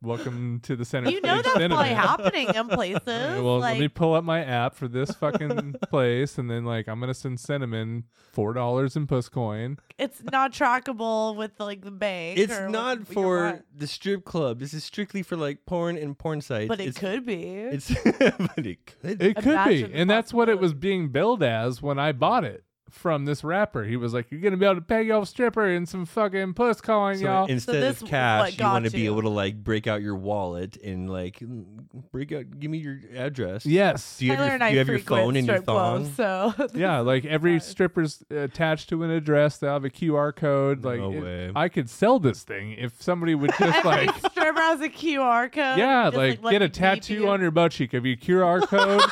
S5: welcome to the center.
S6: You know
S5: stage
S6: that's probably
S5: cinema.
S6: happening in places.
S5: Okay, well,
S6: like,
S5: let me pull up my app for this fucking place, and then like I'm gonna send Cinnamon four dollars in puss coin.
S6: it's not trackable with like the bank.
S4: it's
S6: or what-
S4: not
S6: what you
S4: for
S6: want.
S4: the strip club. This is strictly for like porn and porn sites.
S6: But it
S4: it's,
S6: could be.
S4: It's but it could.
S5: It could be,
S6: Imagine the
S5: and that's what it was being billed as when I bought it from this rapper. He was like, "You're gonna be able to pay your stripper in some fucking puss coin,
S4: So
S5: y'all."
S4: instead
S6: this
S4: of
S6: was
S4: cash,
S6: what
S4: you want to
S6: got
S4: be
S6: you.
S4: able to like break out your wallet and like mm, break out. Give me your address.
S5: yes,
S4: Do you have
S6: Tyler
S4: your,
S6: and I
S4: do you have your
S6: frequent
S4: phone in your
S6: strip clubs,
S4: thong?
S6: so
S5: yeah, like every stripper's attached to an address. They will have a QR code. Like,
S4: No
S5: it-
S4: way.
S5: I could sell this thing if somebody would just
S6: every
S5: like.
S6: stripper has a QR code.
S5: Yeah,
S6: Just,
S5: like,
S6: let
S5: get
S6: me
S5: a
S6: beep
S5: tattoo
S6: you.
S5: on your butt cheek of your QR code,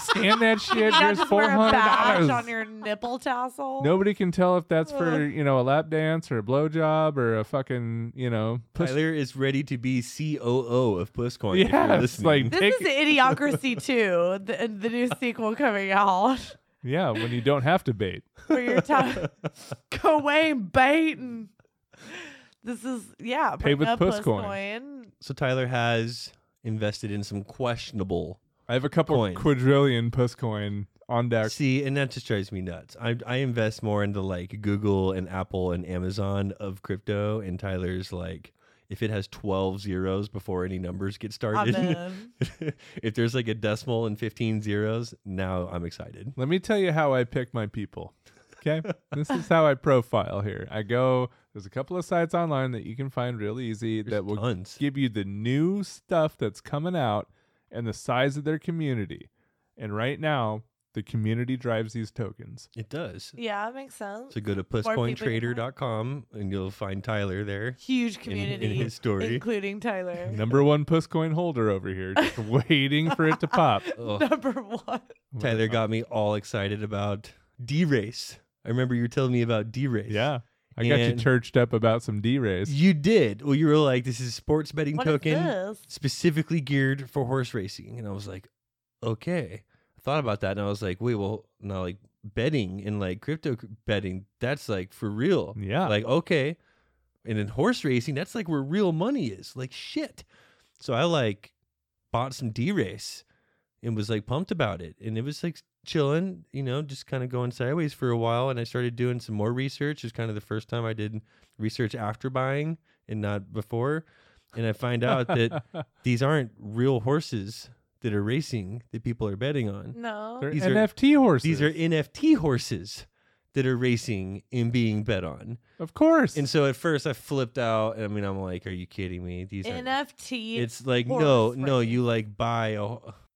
S5: scan that shit.
S6: You have
S5: Here's
S6: to
S5: four
S6: wear a badge
S5: hundred dollars.
S6: on your nipple tassel.
S5: Nobody can tell if that's for
S6: Ugh.
S5: you know a lap dance or a blowjob or a fucking you know push.
S4: Tyler is ready to be COO of PussCoin. if you're
S5: Yeah, it's
S4: listening.
S5: like
S6: This
S5: take,
S6: is Idiocracy 2, the, the new sequel coming out.
S5: yeah when you don't have to bait.
S6: Where you're ta- Cowain Baton. This is, yeah.
S5: Pay
S6: bring
S5: with
S6: up
S5: puss
S6: puss
S5: coin.
S6: coin.
S4: so Tyler has invested in some questionable.
S5: I have a couple
S4: Coin.
S5: quadrillion puss coin on deck.
S4: See, and that just drives me nuts. I, I invest more into like Google and Apple and Amazon of crypto, and Tyler's like, if it has 12 zeros before any numbers get started,
S6: Amen.
S4: if there's like a decimal and 15 zeros, now I'm excited.
S5: Let me tell you how I pick my people. Okay. this is how I profile here. I go, there's a couple of sites online that you can find real easy
S4: There's
S5: that will
S4: tons.
S5: give you the new stuff that's coming out and the size of their community. And right now, the community drives these tokens.
S4: It does.
S6: Yeah, that makes sense.
S4: So go to
S6: More people can find.
S4: pusscointrader.com and you'll find Tyler there.
S6: Huge
S4: in
S6: community.
S4: his story.
S6: Including Tyler.
S5: Number one puss coin holder over here, just waiting for it to pop. Uh,
S4: Ugh.
S6: Number one.
S4: Tyler got me all excited about D Race. I remember you were telling me about D Race.
S5: Yeah. I got you
S4: And-
S5: churched up about some D rays.
S4: You did. Well, you were like, this is a sports betting
S6: What is
S4: token
S6: this?
S4: specifically geared for horse racing. And I was like, okay. I thought about that and I was like, wait, well, now like betting and like crypto c- betting, that's like for real.
S5: Yeah.
S4: Like, okay. And in horse racing, that's like where real money is. Like, shit. So I like bought some D race and was like pumped about it. And it was like chilling, you know, just kind of going sideways for a while. And I started doing some more research. It's kind of the first time I did research after buying and not before. And I find out that these aren't real horses that are racing that people are betting on.
S6: No.
S5: They're
S4: These are-
S5: NFT horses.
S4: These are NFT horses that are racing and being bet on.
S5: of course.
S4: And so at first I flipped out. and I mean, I'm like, are you kidding me? These are
S6: NFT.
S4: It's like
S6: horse
S4: no, no.
S6: racing.
S4: You like buy. A,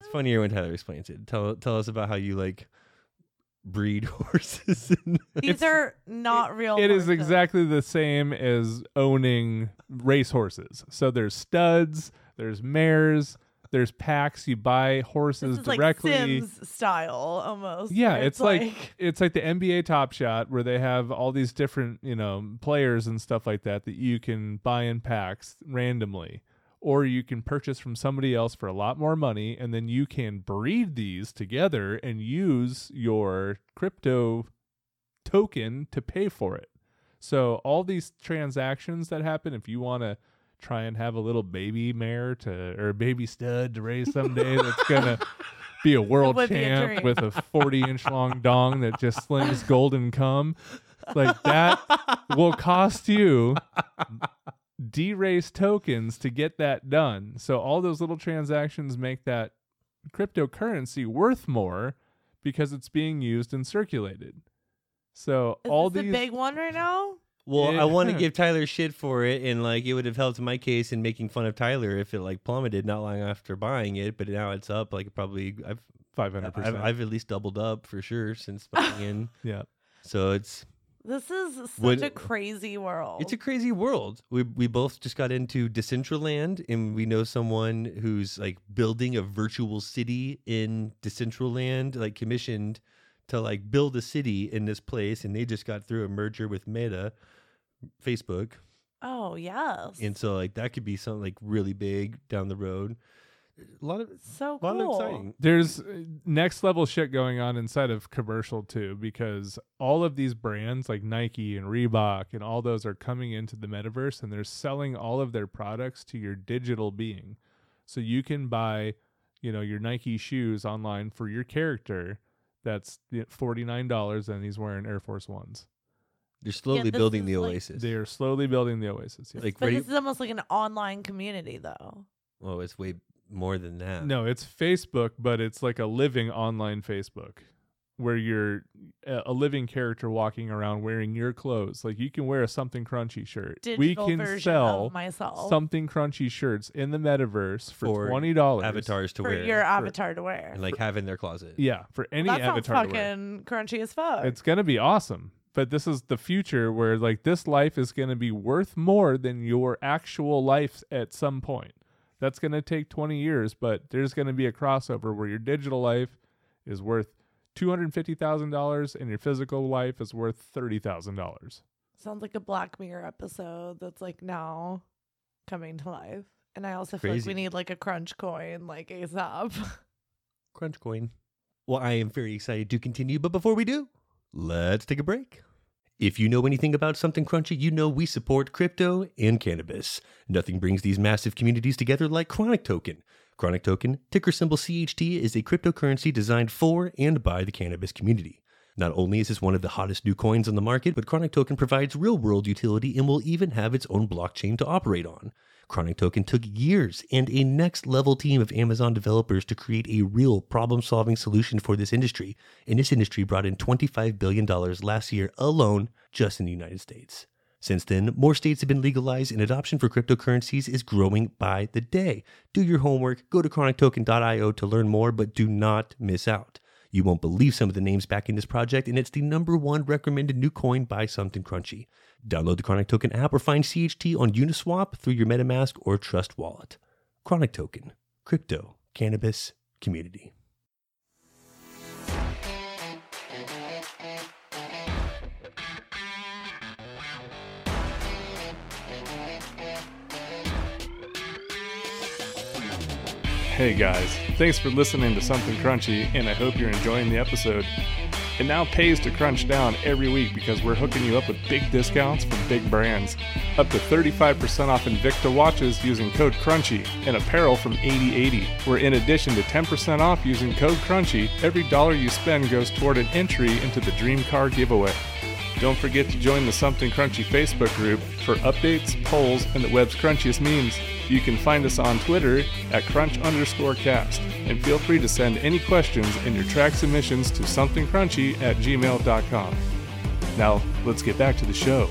S4: it's funnier when Tyler explains it. Tell tell us about how you like breed horses. and-
S6: These are not real.
S5: It is
S6: horses.
S5: exactly the same as owning racehorses. So there's studs, there's mares, there's packs. You buy horses
S6: This is
S5: directly.
S6: like Sims style almost.
S5: Yeah,
S6: where
S5: it's, like, it's like the NBA Top Shot where they have all these different, you know, players and stuff like that that you can buy in packs randomly or you can purchase from somebody else for a lot more money and then you can breed these together and use your crypto token to pay for it. So all these transactions that happen if you want to try and have a little baby mare to or a baby stud to raise someday that's going to be a world
S6: would be a
S5: champ
S6: dream.
S5: with a 40 inch long dong that just slings golden cum like that will cost you d-race tokens to get that done so all those little transactions make that cryptocurrency worth more because it's being used and circulated so
S6: Is
S5: all
S6: this
S5: these
S6: a big one right now.
S4: well,
S5: Yeah.
S4: I want to give Tyler shit for it, and like it would have helped my case in making fun of Tyler if it like plummeted not long after buying it. But now it's up. Like probably I've
S5: 500%
S4: I've, I've at least doubled up for sure since buying in.
S5: yeah
S4: So it's
S6: This is such
S4: Would-
S6: a crazy world.
S4: It's a crazy world. We we both just got into Decentraland, and we know someone who's like building a virtual city in Decentraland, like commissioned to like build a city in this place, and they just got through a merger with Meta, Facebook,
S6: oh yes.
S4: and so like that could be something like really big down the road. A lot of
S6: so
S4: a lot of
S6: cool.
S4: exciting.
S5: there's uh, next level shit going on inside of commercial too because all of these brands like Nike and Reebok and all those are coming into the metaverse and they're selling all of their products to your digital being. So you can buy, you know, your Nike shoes online for your character that's the- $49 and he's wearing Air Force 1s.
S4: They're slowly
S6: this
S4: building
S6: is,
S4: the
S6: like-
S4: Oasis.
S5: They're slowly building the Oasis. yeah.
S4: like
S6: But
S4: ready.
S6: this is almost like an online community, though.
S4: oh, it's way more than that.
S5: No, it's Facebook, but it's like a living online Facebook where you're a a living character walking around wearing your clothes. Like you can wear a something crunchy shirt.
S6: Digital
S5: we can
S6: version
S5: sell
S6: of myself
S5: something crunchy shirts in the metaverse for,
S4: For
S5: twenty dollars.
S4: avatars to
S6: for
S4: wear
S6: your avatar to wear.
S4: and like have in their closet.
S5: Yeah, for any
S6: that sounds
S5: avatar. to wear.
S6: fucking crunchy as fuck.
S5: It's gonna be awesome. But this is the future where like this life is gonna be worth more than your actual life at some point. That's gonna take twenty years, but there's gonna be a crossover where your digital life is worth $250,000 and your physical life is worth $30,000.
S6: Sounds like a Black Mirror episode that's like now coming to life. And I also feel like
S4: Crazy.
S6: we need like a crunch coin, like ASAP.
S4: Crunch coin. Well, I am very excited to continue, but before we do, let's take a break. If you know anything about something crunchy, you know we support crypto and cannabis. Nothing brings these massive communities together like Chronic Token. Chronic Token, ticker symbol CHT, is a cryptocurrency designed for and by the cannabis community. Not only is this one of the hottest new coins on the market, but Chronic Token provides real world utility and will even have its own blockchain to operate on. Chronic Token took years and a next level team of Amazon developers to create a real problem solving solution for this industry, and this industry brought in $25 billion last year alone just in the United States. Since then, more states have been legalized, and adoption for cryptocurrencies is growing by the day. Do your homework, go to chronictoken.io to learn more, but do not miss out. You won't believe some of the names backing this project, and it's the number one recommended new coin by Something Crunchy. Download the Chronic Token app or find CHT on Uniswap through your MetaMask or Trust wallet. Chronic Token, crypto, cannabis, community.
S5: Hey guys, thanks for listening to Something Crunchy, and I hope you're enjoying the episode. It now pays to crunch down every week because we're hooking you up with big discounts from big brands. Up to 35% off Invicta watches using code CRUNCHY and apparel from 8080. Where in addition to 10% off using code CRUNCHY, every dollar you spend goes toward an entry into the Dream Car giveaway. Don't forget to join the Something Crunchy Facebook group for updates, polls, and the web's crunchiest memes. You can find us on Twitter at crunch underscore cast. And feel free to send any questions and your track submissions to somethingcrunchy at gmail.com. Now, let's get back to the show.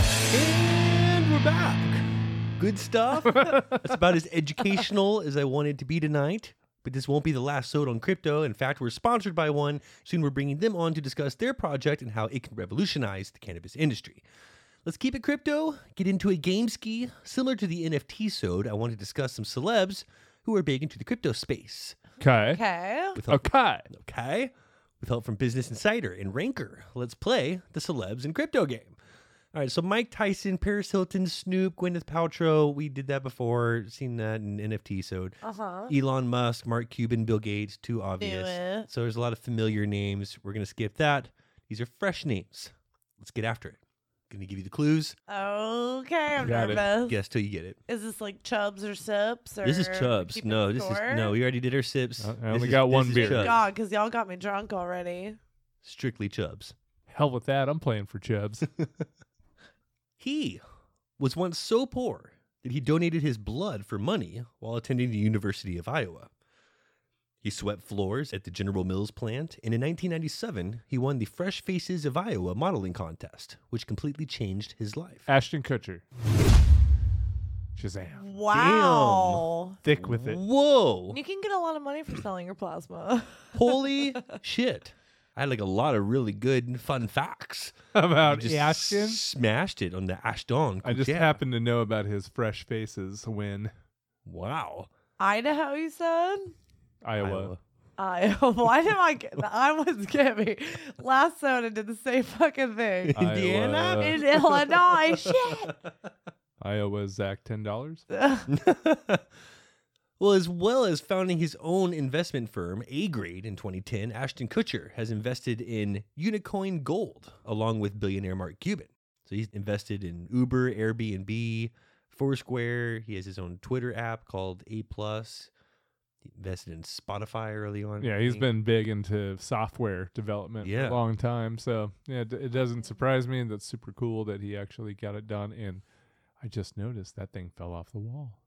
S4: And we're back. Good stuff. That's about as educational as I wanted to be tonight. But this won't be the last sode on crypto. In fact, we're sponsored by one. Soon we're bringing them on to discuss their project and how it can revolutionize the cannabis industry. Let's keep it crypto, get into a game ski. Similar to the NFT sode, I want to discuss some celebs who are big into the crypto space.
S5: Okay.
S6: Okay.
S4: With help,
S5: Okay.
S4: okay. With help from Business Insider and Ranker, let's play the celebs in crypto game. All right, so Mike Tyson, Paris Hilton, Snoop, Gwyneth Paltrow, we did that before, seen that in NFT. So
S6: Uh huh.
S4: Elon Musk, Mark Cuban, Bill Gates, too obvious.
S6: it.
S4: So there's a lot of familiar names. We're going to skip that. These are fresh names. Let's get after it. Going to give you the clues.
S6: Okay. I'm
S5: Got it.
S6: nervous.
S4: Guess till you get it.
S6: Is this like Chubs or Sips? Or
S4: This is Chubbs.
S6: keep it
S4: No, this is no.
S6: short?
S4: We already did our sips.
S5: I- I
S4: This
S5: only
S4: is-
S5: got
S4: this
S5: one
S4: is
S5: beer.
S4: Chubbs.
S6: God, because y'all got me drunk already.
S4: Strictly Chubbs.
S5: Hell with that. I'm playing for Chubbs.
S4: He was once so poor that he donated his blood for money while attending the University of Iowa. He swept floors at the General Mills plant, and in 1997, he won the Fresh Faces of Iowa modeling contest, which completely changed his life.
S5: Ashton Kutcher. Shazam.
S6: Wow.
S5: Thick with it.
S4: Whoa!
S6: You can get a lot of money for selling your plasma.
S4: Holy shit! I had like a lot of really good fun facts. You
S5: About
S4: just
S5: Ashton.
S4: smashed it on the Ashton.
S5: I just
S4: Yeah.
S5: happen to know about his fresh faces win
S4: Wow.
S6: Idaho, you said?
S5: Iowa.
S4: Iowa.
S6: I why did I get that? I was giving last soda did the same fucking thing.
S4: Indiana?
S5: Iowa,
S6: In Illinois. Shit.
S5: Iowa Zach ten dollars.
S4: well, as well as founding his own investment firm, A Grade, in 2010, Ashton Kutcher has invested in Unicoin Gold along with billionaire Mark Cuban. So he's invested in Uber, Airbnb, Foursquare. He has his own Twitter app called A Plus. He invested in Spotify early on.
S5: Yeah,
S4: he's
S5: he's been big into software development
S4: Yeah.
S5: for a long time. So yeah, it, it doesn't surprise me. That's super cool that he actually got it done. And I just noticed that thing fell off the wall.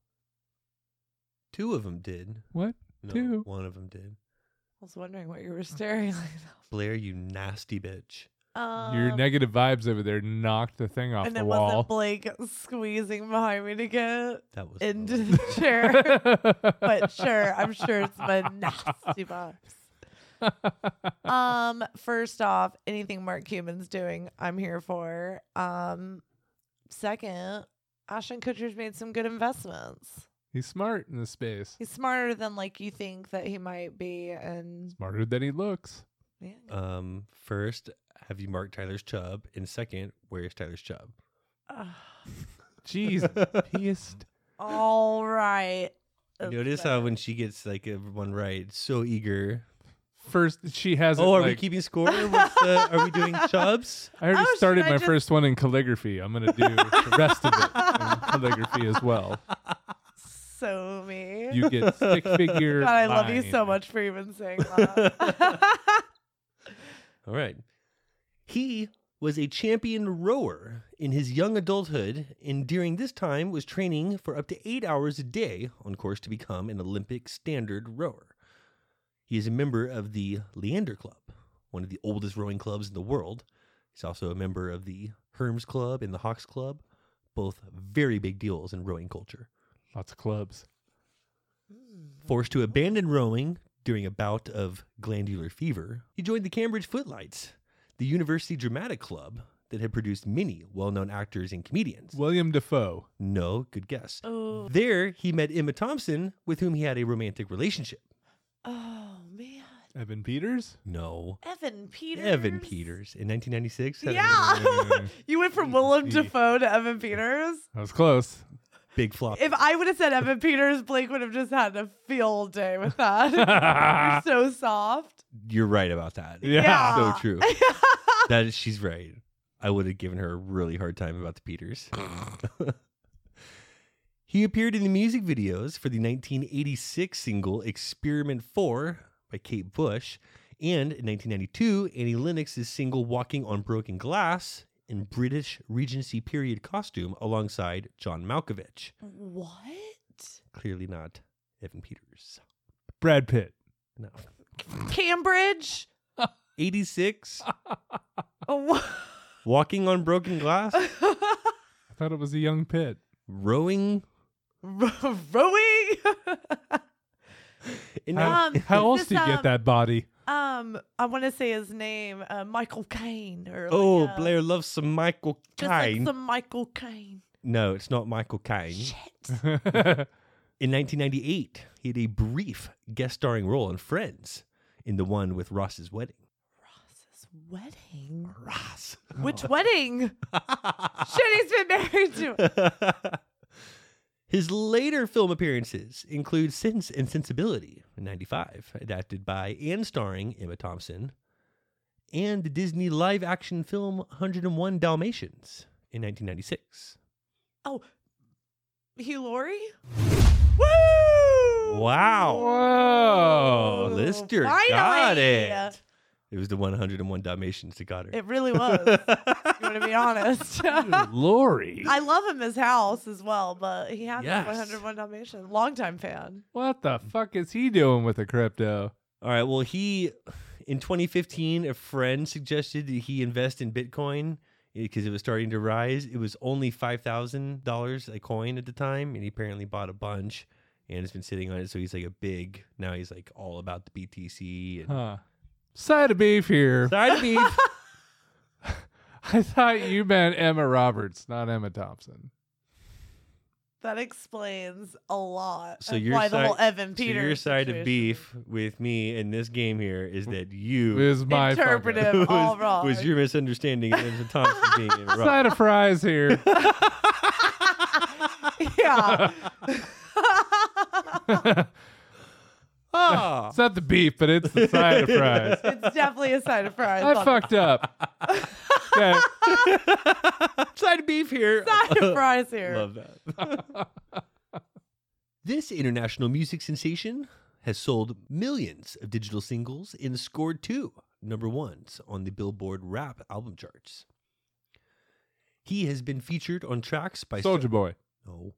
S4: two of them did.
S5: What?
S4: No,
S5: Two.
S4: one of them did.
S6: I was wondering what you were staring like that.
S4: Blair, you nasty bitch.
S6: Um,
S5: Your negative vibes over there knocked the thing off
S6: And
S5: the
S6: then
S5: wall.
S6: wasn't Blake squeezing behind me to get
S4: That was
S6: into the chair. but sure, I'm sure it's my nasty box. um, first off, anything Mark Cuban's doing, I'm here for. Um, second, Ashton Kutcher's made some good investments.
S5: He's smart in this space.
S6: He's smarter than like you think that he might be, and
S5: Smarter than he looks.
S6: yeah.
S4: Um, first, have you marked Tyler's chub? And second, where's Tyler's chub?
S5: Uh.
S6: Ugh.
S5: Jeez, pissed.
S6: all right. Oh,
S4: You Notice how when she gets like a one right, it's so eager.
S5: First, she has.
S4: Oh,
S5: it,
S4: are we
S5: like,
S4: keeping score? What's the, are we doing chubs?
S5: I already
S6: Oh, should
S5: started
S6: I
S5: my
S6: just-
S5: first one in calligraphy. I'm gonna do the rest of it in calligraphy as well.
S6: so me.
S5: You get stick figure.
S6: God, I love you so
S5: line.
S6: much for even saying that.
S4: All right. He was a champion rower in his young adulthood and during this time was training for up to 8 hours a day on course to become an Olympic standard rower. He is a member of the Leander Club, one of the oldest rowing clubs in the world. He's also a member of the Herms Club and the Hawks Club, both very big deals in rowing culture.
S5: Lots of clubs.
S4: Forced to abandon rowing during a bout of glandular fever, he joined the Cambridge Footlights, the university dramatic club that had produced many well known actors and comedians.
S5: William Defoe.
S4: No, good guess.
S6: oh,
S4: There, he met Emma Thompson, with whom he had a romantic relationship.
S6: oh man,
S5: Evan Peters.
S4: No.
S6: Evan Peters.
S4: Evan Peters in 1996 had
S6: Yeah, you went from Willem
S5: Let's see.
S6: Dafoe to Evan Peters.
S5: Mm, That was close.
S4: a big flop.
S6: If I would have said Evan Peters, Blake would have just had a field day with that. You're so soft.
S4: You're right about that.
S5: Yeah.
S4: So true. that is, she's right. I would have given her a really hard time about the Peters. he appeared in the music videos for the 1986 single Experiment 4 by Kate Bush and in 1992 Annie Lennox's single Walking on Broken Glass in British Regency period costume alongside John Malkovich.
S6: What?
S4: Clearly not Evan Peters.
S5: Brad Pitt.
S4: No.
S6: Cambridge?
S4: 86
S6: Oh,
S4: Walking on Broken Glass
S5: I thought it was a young Pitt.
S4: Rowing
S6: Ro- Rowing?
S4: in
S5: How,
S6: Um,
S5: how
S6: is
S5: else
S6: this,
S5: do you
S6: um,
S5: get that body?
S6: um, I want to say his name, uh, Michael Caine. Or like,
S4: Oh,
S6: uh,
S4: Blair loves some Michael
S6: Just
S4: Caine.
S6: like some Michael Caine.
S4: no, it's not Michael Caine.
S5: Mm.
S6: Shit.
S4: In 1998, he had a brief guest starring role in Friends, in the one with Ross's wedding.
S6: Ross's wedding.
S4: Ross.
S6: Which wedding? Shit, he's been married to.
S4: His later film appearances include Sense and Sensibility in 95, adapted by and starring Emma Thompson, and the Disney live action film 101 Dalmatians in 1996.
S6: Oh, Hugh Laurie? Woo!
S4: Wow.
S5: Whoa.
S4: Oh, Lister
S6: Finally!
S4: got it. It was the 101 Dalmatians that got her.
S6: It really was. I'm going to be honest.
S5: Lori.
S6: I love him as House as well, but he has
S4: Yes.
S6: 101 Dalmatian. Longtime fan.
S5: What the fuck is he doing with the crypto?
S4: All right. Well, he in 2015, a friend suggested that he invest in Bitcoin because it was starting to rise. It was only five thousand dollars a coin at the time, and he apparently bought a bunch and has been sitting on it. So he's like a big now. He's like all about the BTC. And,
S5: Huh. Side of beef here.
S4: Side beef.
S5: I thought you meant Emma Roberts, not Emma Thompson.
S6: That explains a lot.
S4: So
S6: of
S4: your
S6: why the whole
S4: side-
S6: Evan
S4: so
S6: Peters.
S4: your side of
S6: situation
S4: beef with me in this game here is that you
S5: Is my fuck up.
S6: Interpretive.
S4: was,
S6: all wrong.
S4: was your misunderstanding of Emerson Thompson being in
S5: side of fries here.
S6: Yeah.
S4: Oh.
S5: It's not the beef, but it's the side of fries.
S6: it's definitely a side of fries.
S5: I fucked up. Okay.
S4: Side of beef here.
S6: side of fries here.
S4: Love that. this international music sensation has sold millions of digital singles and scored two number ones on the Billboard rap album charts. He has been featured on tracks by
S5: Soldier Boy.
S4: No.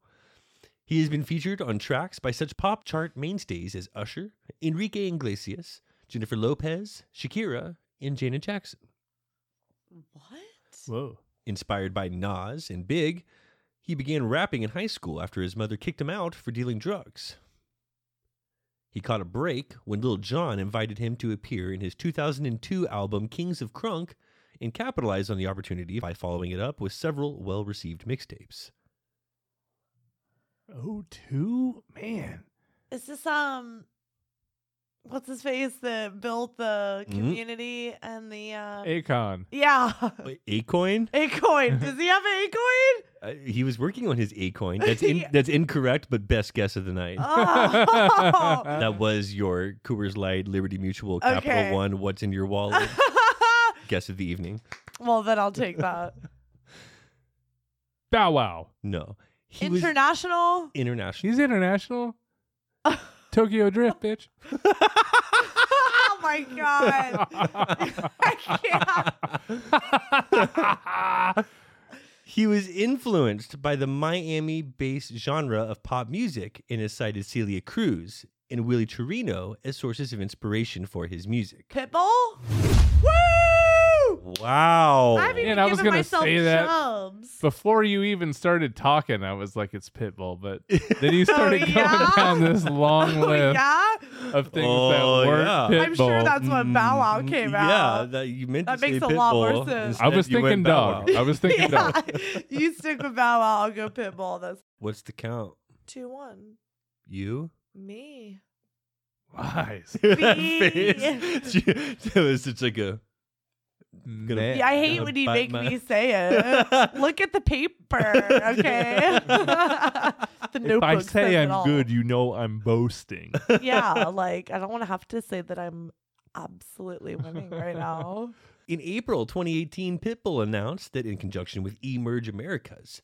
S4: He has been featured on tracks by such pop chart mainstays as Usher, Enrique Iglesias, Jennifer Lopez, Shakira, and Janet Jackson.
S6: What?
S5: Whoa.
S4: Inspired by Nas and Big, he began rapping in high school after his mother kicked him out for dealing drugs. He caught a break when Lil Jon invited him to appear in his 2002 album Kings of Crunk and capitalized on the opportunity by following it up with several well received mixtapes.
S5: 02? Man.
S6: Is this um what's his face that built
S5: Mm-hmm.
S6: the
S4: Mhm.
S6: community and the uh
S5: Akon.
S6: Yeah.
S4: Wait, Acoin?
S6: Acoin. Does he have an Acoin?
S4: Uh, he was working on his Acoin. That's in, that's incorrect, but best guess of the night.
S6: Oh.
S4: that was your Coors Light, Liberty Mutual, Capital
S6: Okay.
S4: One. What's in your wallet? guess of the evening.
S6: well then I'll take that.
S5: Bow Wow.
S4: No, he was
S6: International?
S4: international.
S5: He's international. Tokyo Drift, bitch.
S6: oh my god. I can't.
S4: He was influenced by the Miami-based genre of pop music and has cited Celia Cruz and Willie Torino as sources of inspiration for his music.
S6: Pitbull? Woo!
S4: Wow.
S6: I'm even
S5: Man, I was
S6: giving
S5: gonna
S6: myself
S5: say that.
S6: chubs.
S5: Before you even started talking, I was like, it's Pitbull. But then you started
S6: Oh, yeah?
S5: going down this long
S6: Oh,
S5: list
S6: yeah?
S5: of things
S4: Oh,
S5: that weren't
S4: yeah.
S5: uh, Pitbull. Mm-hmm.
S6: I'm sure that's when Bow Wow
S4: Mm,
S6: came
S4: Yeah,
S6: out.
S4: that you meant
S6: That
S4: to
S6: makes
S4: say
S6: a lot more
S4: Pitbull,
S6: sense.
S5: I
S4: instead
S5: was
S4: you went
S5: thinking
S4: Bow
S5: dog.
S4: Wow.
S5: I was thinking dog.
S6: you stick with Bow Wow, I'll go Pitbull. That's
S4: What's the count?
S6: 2 1.
S4: You?
S6: Me.
S5: Lies.
S4: That
S6: Me.
S4: face. She- that was such like a
S5: Man.
S6: Yeah, I hate
S4: gonna
S6: when you
S4: bite
S6: make
S4: my-
S6: me say it. Uh, Look at the paper, okay? the
S5: If
S6: notebook
S5: I say
S6: says it
S5: I'm
S6: all.
S5: good, you know I'm boasting.
S6: yeah, like I don't want to have to say that I'm absolutely winning right now.
S4: In April 2018, Pitbull announced that in conjunction with Emerge Americas,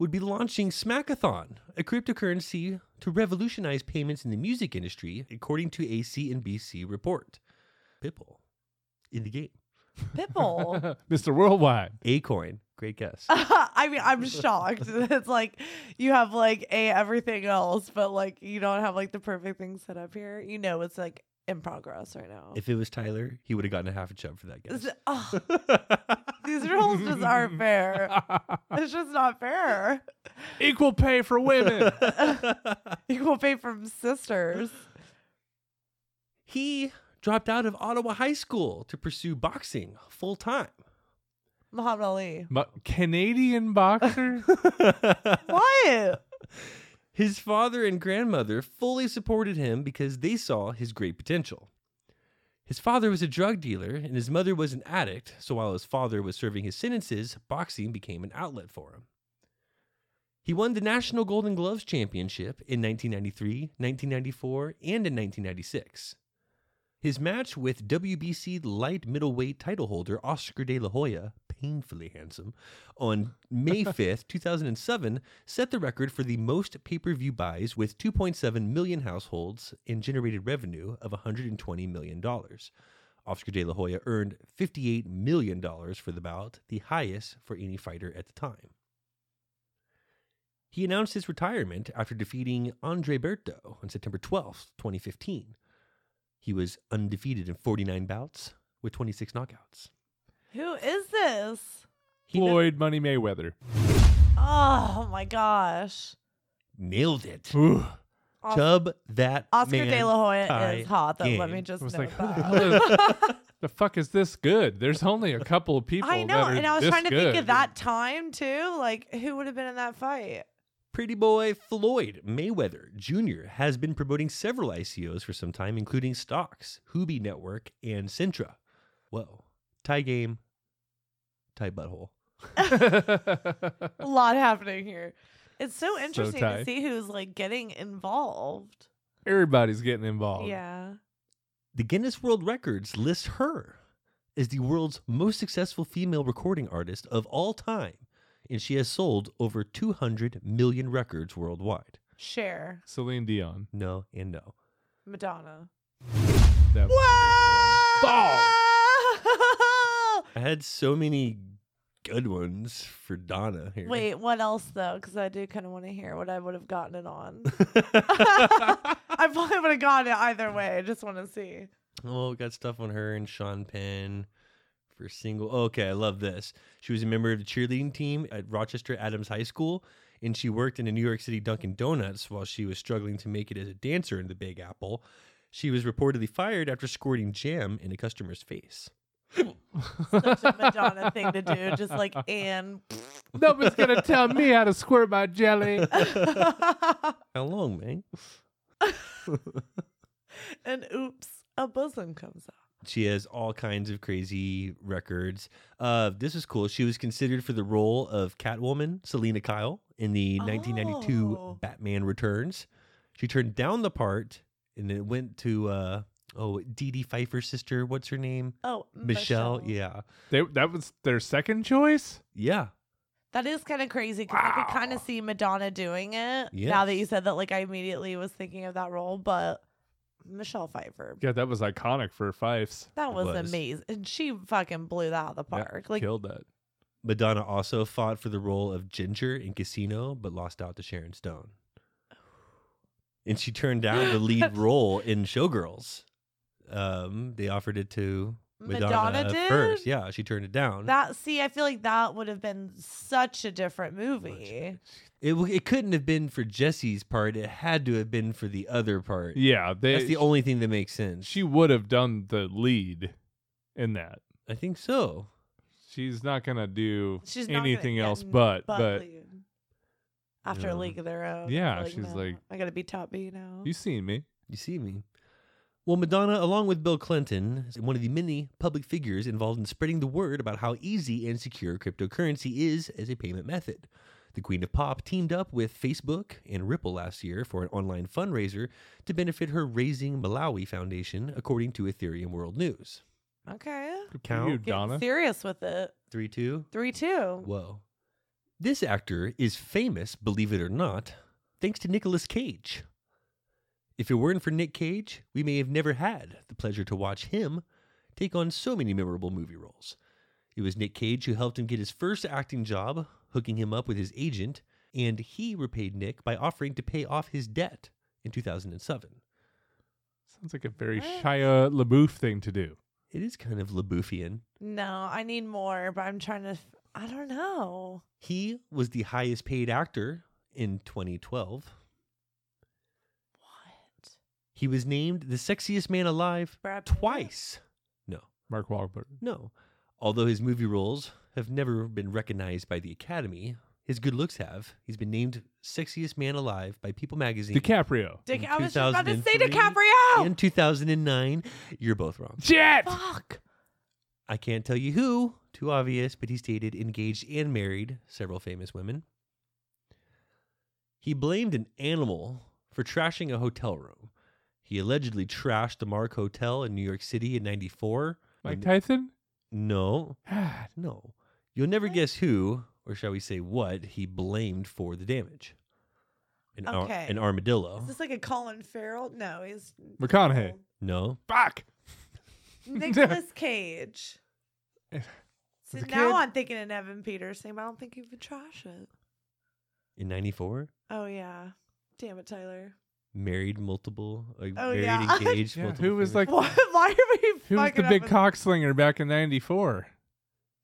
S4: would be launching Smackathon, a cryptocurrency to revolutionize payments in the music industry, according to a CNBC report. Pitbull in the game.
S6: Pitbull.
S5: Mr. Worldwide.
S4: Acoin, great guess.
S6: I mean, I'm shocked. It's like you have like a everything else, but like you don't have like the perfect thing set up here. You know, it's like in progress right now.
S4: If it was Tyler, he would have gotten a half a chub for that guess.
S6: It's- ugh, oh, these rules just aren't fair. It's just not fair.
S5: Equal pay for women.
S6: Equal pay from sisters.
S4: he dropped out of Ottawa High School to pursue boxing full time.
S6: Muhammad Ali.
S5: Mu- Canadian boxer?
S6: What?
S4: His father and grandmother fully supported him because they saw his great potential. His father was a drug dealer and his mother was an addict, so while his father was serving his sentences, boxing became an outlet for him. He won the National Golden Gloves Championship in 1993, 1994, and in 1996. His match with WBC light middleweight title holder Oscar de la Hoya, painfully handsome, on May 5th, 2007, set the record for the most pay per view buys with 2.7 million households and generated revenue of $120 million. Oscar de la Hoya earned $58 million for the bout, the highest for any fighter at the time. He announced his retirement after defeating Andre Berto on September 12th, 2015. He was undefeated in 49 bouts with 26 knockouts.
S6: Who is this?
S4: He na-
S5: Floyd Money Mayweather.
S6: Oh my gosh.
S4: nailed it.
S5: Ooh,
S6: Os-
S4: Chub that
S6: Oscar
S4: man
S6: De La Hoya
S4: tie
S6: is hot. Though. Let me
S4: game.
S5: I
S6: just
S5: was
S6: note
S5: like, who the,
S6: that.
S5: hell is, the fuck is this good? There's only a couple of people.
S6: I know,
S5: that are
S6: and I was
S5: this
S6: trying to think
S5: good.
S6: of that time too. Like, who would have been in that fight?
S4: Pretty boy Floyd Mayweather Jr. has been promoting several ICOs for some time, including Stocks, Hubi Network, and Cintra. Whoa. Tie game, tie butthole.
S6: A lot happening here. It's so interesting
S5: tight.
S6: to see who's like getting involved.
S5: Everybody's getting involved.
S6: Yeah.
S4: The Guinness World Records lists her as the world's most successful female recording artist of all time, and she has sold over 200 million records worldwide.
S6: Cher,
S5: Celine Dion.
S4: No and no.
S6: Madonna.
S5: That-
S4: I had so many good ones for Donna here.
S6: Wait, what else though? Because I do kind of want to hear what I would have gotten it on. I probably would have gotten it either way. I just want to see.
S4: Oh, we got stuff on her and Sean Penn for single. Okay, I love this. She was a member of the cheerleading team at Rochester Adams High School, and she worked in a New York City Dunkin' Donuts while she was struggling to make it as a dancer in the Big Apple. She was reportedly fired after squirting jam in a customer's face.
S6: Such a Madonna thing to do. Just like, and
S5: Nobody's gonna tell me how to squirt my jelly.
S4: How long, man?
S6: and oops, a bosom comes out.
S4: She has all kinds of crazy records. Uh, this is cool. She was considered for the role of Catwoman, Selena Kyle, in the 1992
S6: Oh.
S4: Batman Returns. She turned down the part, and it went to uh, oh Dee Dee Pfeiffer's sister. What's her name?
S6: Oh,
S4: Michelle. Yeah,
S5: They, that was their second choice.
S4: yeah.
S6: That is kind of crazy because I could kind of see Madonna doing it. Now that you
S4: Yes.
S6: said that, like I immediately was thinking of that role, but Michelle Pfeiffer.
S5: Yeah, that was iconic for Fifes.
S6: That was,
S4: was.
S6: amazing. And she fucking blew that out of the
S5: Yeah,
S6: park. like
S5: killed that.
S4: Madonna also fought for the role of Ginger in Casino, but lost out to Sharon Stone. And she turned down the lead role in Showgirls. Um, they offered it to Madonna,
S6: Madonna
S4: at
S6: did?
S4: first. Yeah, she turned it down.
S6: that see, I feel like that would have been such a different movie.
S4: it, w- it couldn't have been for Jesse's part. It had to have been for the other part.
S5: Yeah, they,
S4: That's the only thing that makes sense.
S5: She would have done the lead in that.
S4: I think so.
S5: She's not gonna do
S6: She's not gonna
S5: anything
S6: get
S5: else,
S6: n-
S5: but but,
S6: lead. after
S4: Yeah.
S6: a league of their own.
S5: Yeah,
S6: they're
S5: she's
S6: "No,
S5: like-
S6: I gotta be top B now.
S5: you seen me?
S4: You see me. Well, Madonna, along with Bill Clinton, is one of the many public figures involved in spreading the word about how easy and secure cryptocurrency is as a payment method. The Queen of Pop teamed up with Facebook and Ripple last year for an online fundraiser to benefit her Raising Malawi Foundation, according to Ethereum World News.
S6: okay,
S4: Count.
S5: You,
S6: Getting
S5: Donna.
S6: serious with it.
S4: 3 2.
S6: Three two.
S4: Whoa. This actor is famous, believe it or not, thanks to Nicolas Cage. If it weren't for Nick Cage, we may have never had the pleasure to watch him take on so many memorable movie roles. It was Nick Cage who helped him get his first acting job, hooking him up with his agent, and he repaid Nick by offering to pay off his debt in 2007.
S5: Sounds like a very
S6: What?
S5: Shia LaBeouf thing to do.
S4: It is kind of Laboufian.
S6: No, I need more, but I'm trying to. f- I don't know.
S4: He was the highest paid actor in 2012.
S6: What?
S4: He was named the sexiest man alive
S6: Brad Pitt?
S4: twice. No,
S5: Mark Wahlberg.
S4: no. Although his movie roles have never been recognized by the Academy, his good looks have. He's been named sexiest man alive by People Magazine
S5: DiCaprio.
S6: Dick,
S4: In
S6: I was just about to say
S4: 2003
S6: DiCaprio.
S4: in 2009. You're both wrong.
S5: Jet.
S6: Fuck.
S4: I can't tell you who, too obvious, but he's dated, engaged, and married several famous women. He blamed an animal for trashing a hotel room. He allegedly trashed the Mark Hotel in New York City in 94.
S5: Mike
S4: When-
S5: Tyson.
S4: no,
S5: God.
S4: no. You'll never guess who, or shall we say what, he blamed for the damage. An, ar-
S6: Okay.
S4: an armadillo.
S6: Is this like a Colin Farrell? No, he's
S5: McConaughey.
S4: no.
S5: Fuck.
S6: Nicholas Cage. So
S5: As a
S6: now
S5: kid-
S6: I'm thinking of Evan Peterson, but I don't think you would trash it.
S4: In 94?
S6: Oh yeah. Damn it, Tyler.
S4: Married multiple, like
S6: Oh,
S4: married,
S6: yeah.
S4: engaged.
S5: Yeah,
S4: multiple
S5: who was,
S4: famous-
S5: like,
S6: What? Why are we
S5: Who was
S6: fucking
S5: the big
S6: up
S5: cockslinger back in '94?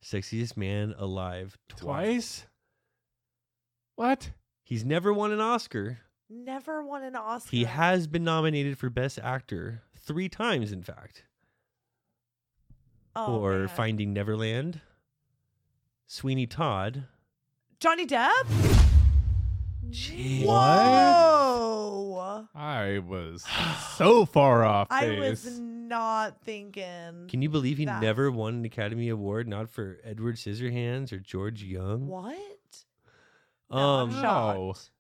S4: Sexiest man alive twice.
S5: Twice? What?
S4: He's never won an Oscar.
S6: with- Never won an Oscar.
S4: He has been nominated for Best Actor three times, in fact,
S6: Oh,
S4: for
S6: man.
S4: Finding Neverland, Sweeney Todd.
S6: Johnny Depp.
S4: Jeez.
S6: Whoa.
S5: I was so far off
S6: I
S5: base.
S6: was not thinking.
S4: Can you believe he
S6: That-
S4: never won an Academy Award? Not for Edward Scissorhands or George Young.
S6: what? No, I'm
S4: Um,
S5: no.
S6: shocked.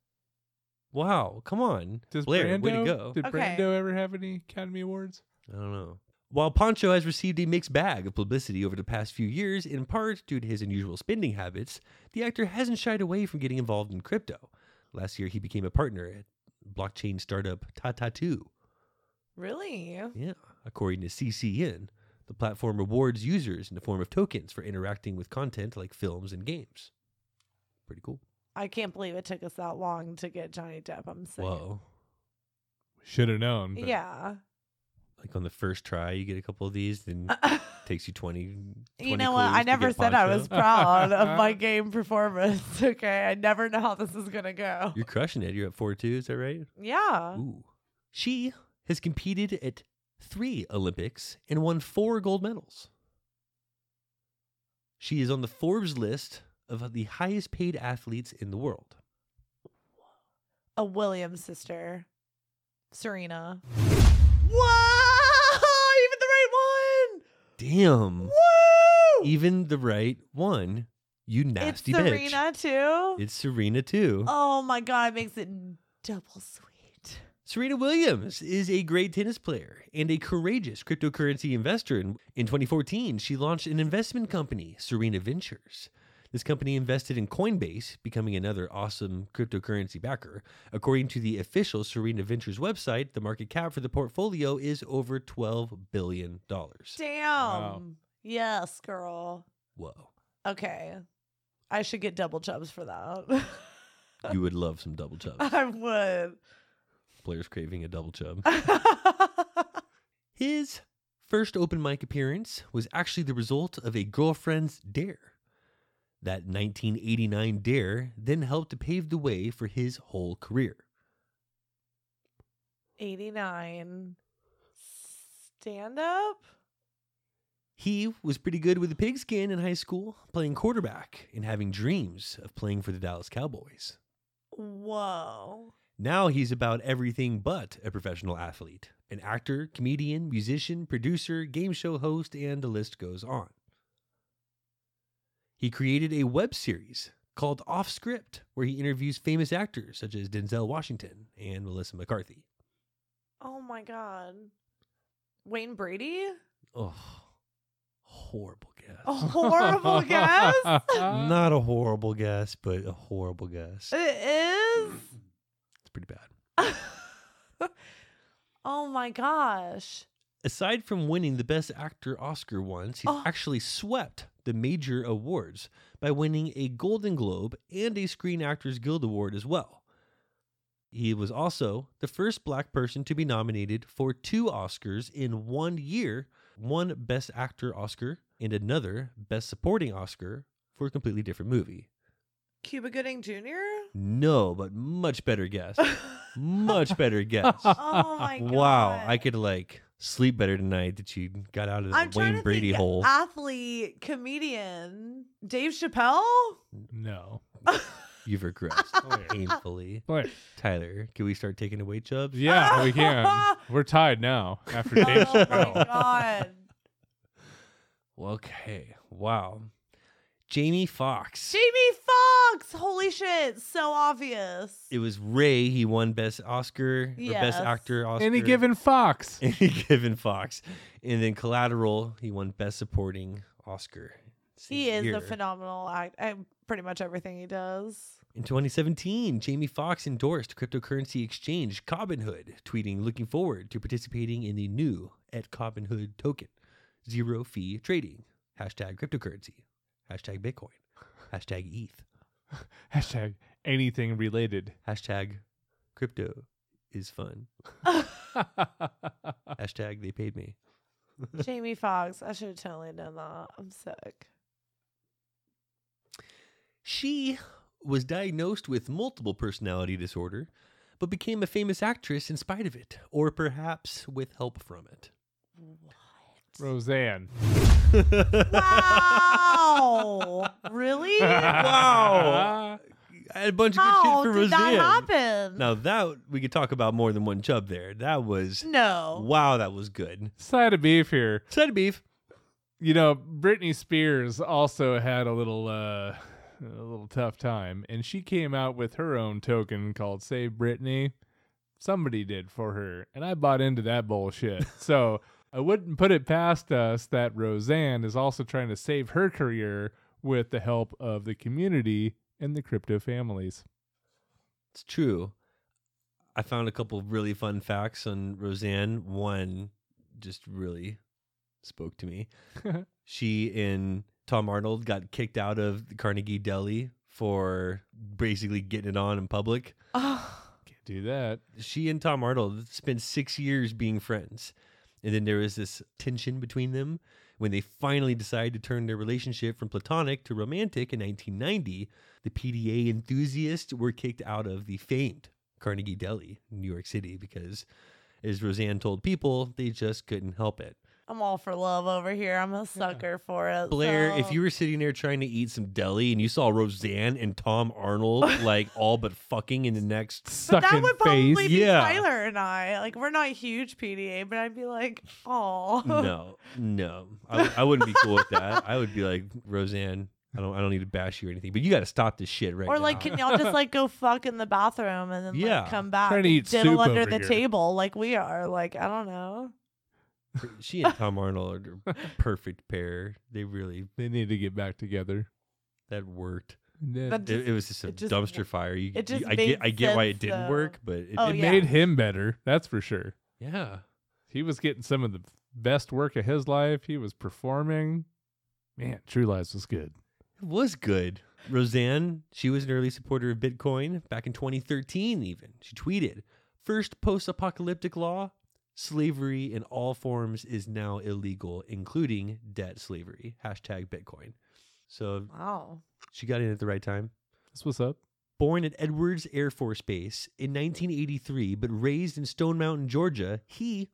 S4: wow, come on,
S5: Does
S4: Blair,
S5: Brando,
S4: way to go.
S5: Did
S6: Okay.
S5: Brando ever have any Academy Awards?
S4: I don't know. While Poncho has received a mixed bag of publicity over the past few years, in part due to his unusual spending habits, the actor hasn't shied away from getting involved in crypto. Last year, he became a partner at blockchain startup Tatatu.
S6: Really?
S4: Yeah, according to CCN, the platform rewards users in the form of tokens for interacting with content like films and games. Pretty cool.
S6: I can't believe it took us that long to get Johnny Depp. I'm sick.
S4: Whoa.
S5: Should have known. but-
S6: Yeah.
S4: Like on the first try, you get a couple of these, then takes you 20.
S6: Uh, you
S4: 20
S6: know what?
S4: clues
S6: I
S4: to
S6: never
S4: get
S6: said I
S4: Poncho.
S6: was proud of my game performance. Okay. I never know how this is going to go.
S4: You're crushing it. You're at 4 2, is that right?
S6: Yeah.
S4: Ooh. She has competed at three Olympics and won four gold medals. She is on the Forbes list of the highest paid athletes in the world.
S6: A Williams sister, Serena.
S4: Wow! Even the right one. Damn.
S6: Woo!
S4: Even the right one. You
S6: It's
S4: nasty bitch.
S6: Serena too.
S4: It's Serena too.
S6: Oh my god, it makes it double sweet.
S4: Serena Williams is a great tennis player and a courageous cryptocurrency investor. In, in 2014, she launched an investment company, Serena Ventures. This company invested in Coinbase, becoming another awesome cryptocurrency backer. According to the official Serena Ventures website, the market cap for the portfolio is over $12 billion.
S6: Damn. Yes, girl.
S4: Whoa.
S6: Okay. I should get double chubs for that.
S4: You would love some double chubs.
S6: I would.
S4: Players craving a double chub. His first open mic appearance was actually the result of a girlfriend's dare. That 1989 dare then helped to pave the way for his whole career.
S6: 89. Stand up?
S4: He was pretty good with the pigskin in high school, playing quarterback and having dreams of playing for the Dallas Cowboys.
S6: Whoa.
S4: Now he's about everything but a professional athlete an actor, comedian, musician, producer, game show host, and the list goes on. He created a web series called Off Script, where he interviews famous actors such as Denzel Washington and Melissa McCarthy.
S6: Oh my God. Wayne Brady?
S4: Oh, horrible guess.
S6: A horrible guess?
S4: Not a horrible guess, but a horrible guess.
S6: Uh, It
S4: It's pretty bad.
S6: is? oh my gosh.
S4: aside from winning the Best Actor Oscar once, he's
S6: Oh.
S4: actually swept the major awards by winning a Golden Globe and a Screen Actors Guild Award as well. He was also the first black person to be nominated for two Oscars in one year one Best Actor Oscar and another Best Supporting Oscar for a completely different movie.
S6: Cuba Gooding Jr.?
S4: No, but much better guess. much better guess.
S6: Oh my God.
S4: Wow, I could like sleep better tonight that you got out of the
S6: I'm trying
S4: Wayne
S6: to
S4: Brady
S6: think
S4: hole.
S6: athlete, comedian, Dave Chappelle?
S5: no.
S4: You've
S6: Oh,
S4: regressed painfully.
S5: But
S4: Tyler, can we start taking away chubs?
S5: yeah, we can. We're tied now after Dave
S6: Oh
S5: Chappelle.
S6: my God.
S4: Okay. Wow. Jamie Foxx.
S6: Jamie Foxx! Holy shit. So obvious.
S4: It was Ray. He won Best Oscar or
S6: Yes.
S4: Best Actor Oscar.
S5: Any given Fox.
S4: Any given Fox. And then Collateral. He won Best Supporting Oscar.
S6: He
S4: Same
S6: is
S4: year.
S6: a phenomenal act. and pretty much everything he does.
S4: In 2017, Jamie Foxx endorsed cryptocurrency exchange Cobinhood, tweeting looking forward to participating in the new at Cobinhood token, zero fee trading, hashtag cryptocurrency, hashtag Bitcoin, hashtag E ETH,
S5: Hashtag anything related.
S4: hashtag crypto is fun, hashtag they paid me.
S6: Jamie Foxx. I should have totally done that. I'm sick.
S4: She was diagnosed with multiple personality disorder, but became a famous actress in spite of it, or perhaps with help from it.
S5: Roseanne.
S6: Wow. really? Oh.
S4: Wow. I had a bunch of good
S6: How
S4: shit for
S6: did
S4: Roseanne.
S6: that happen?
S4: Now that we could talk about more than one chub there. That was
S6: No.
S4: wow, that was good.
S5: Side of beef here.
S4: Side of beef.
S5: You know, Britney Spears also had a little uh a little tough time and she came out with her own token called Save Britney. Somebody did for her and I bought into that bullshit. so, I wouldn't put it past us that Roseanne is also trying to save her career with the help of the community and the crypto families.
S4: It's true. I found a couple of really fun facts on Roseanne. One just really spoke to me. she and Tom Arnold got kicked out of the Carnegie Deli for basically getting it on in public.
S5: Can't do that.
S4: she and Tom Arnold spent six years being friends. And then there was this tension between them when they finally decided to turn their relationship from platonic to romantic in 1990. The PDA enthusiasts were kicked out of the famed Carnegie Deli in New York City because, as Roseanne told people, they just couldn't help it.
S6: I'm all for love over here. I'm a sucker for it.
S4: Blair, if
S6: so-
S4: you were sitting there trying to eat some deli and you saw Roseanne and Tom Arnold like all but fucking in the next,
S6: But
S5: Suck
S6: that
S5: in
S6: would probably
S5: face.
S6: be
S4: yeah.
S6: Tyler and I. Like we're not huge PDA, but I'd be like, oh,
S4: no, no, I, w- I wouldn't be cool with that. I would be like Roseanne. I don't, I don't need to bash you or anything, but you got to stop this shit right
S6: or
S4: now.
S6: like, can y'all just like go fuck in the bathroom and then
S4: Yeah.
S6: like come back
S5: Trying to
S6: and
S5: eat
S6: diddle
S5: soup
S6: under
S5: over
S6: the
S5: here.
S6: table like we are? Like I don't know.
S4: she and Tom Arnold are a perfect pair. They really
S5: They need to get back together.
S4: that worked.
S5: Yeah.
S6: But
S4: It, it was just a
S6: it just
S4: dumpster
S6: wo-
S4: fire. You,
S6: it
S4: you-
S6: just
S4: I
S6: made
S4: get, I get why it
S6: sense,
S4: didn't
S6: though.
S4: work, but it,
S6: Oh,
S4: it-
S5: it
S6: yeah.
S5: made him better. That's for sure.
S4: yeah.
S5: He was getting some of the best work of his life. He was performing. Man, True Lies was good.
S4: It was good. Roseanne, she was an early supporter of Bitcoin back in 2013, even. She tweeted First post apocalyptic law, slavery in all forms is now illegal, including debt slavery. Hashtag Bitcoin. So
S6: Wow.
S4: she got in at the right time.
S5: That's what's up.
S4: Born at Edwards Air Force Base in 1983, but raised in Stone Mountain, Georgia, he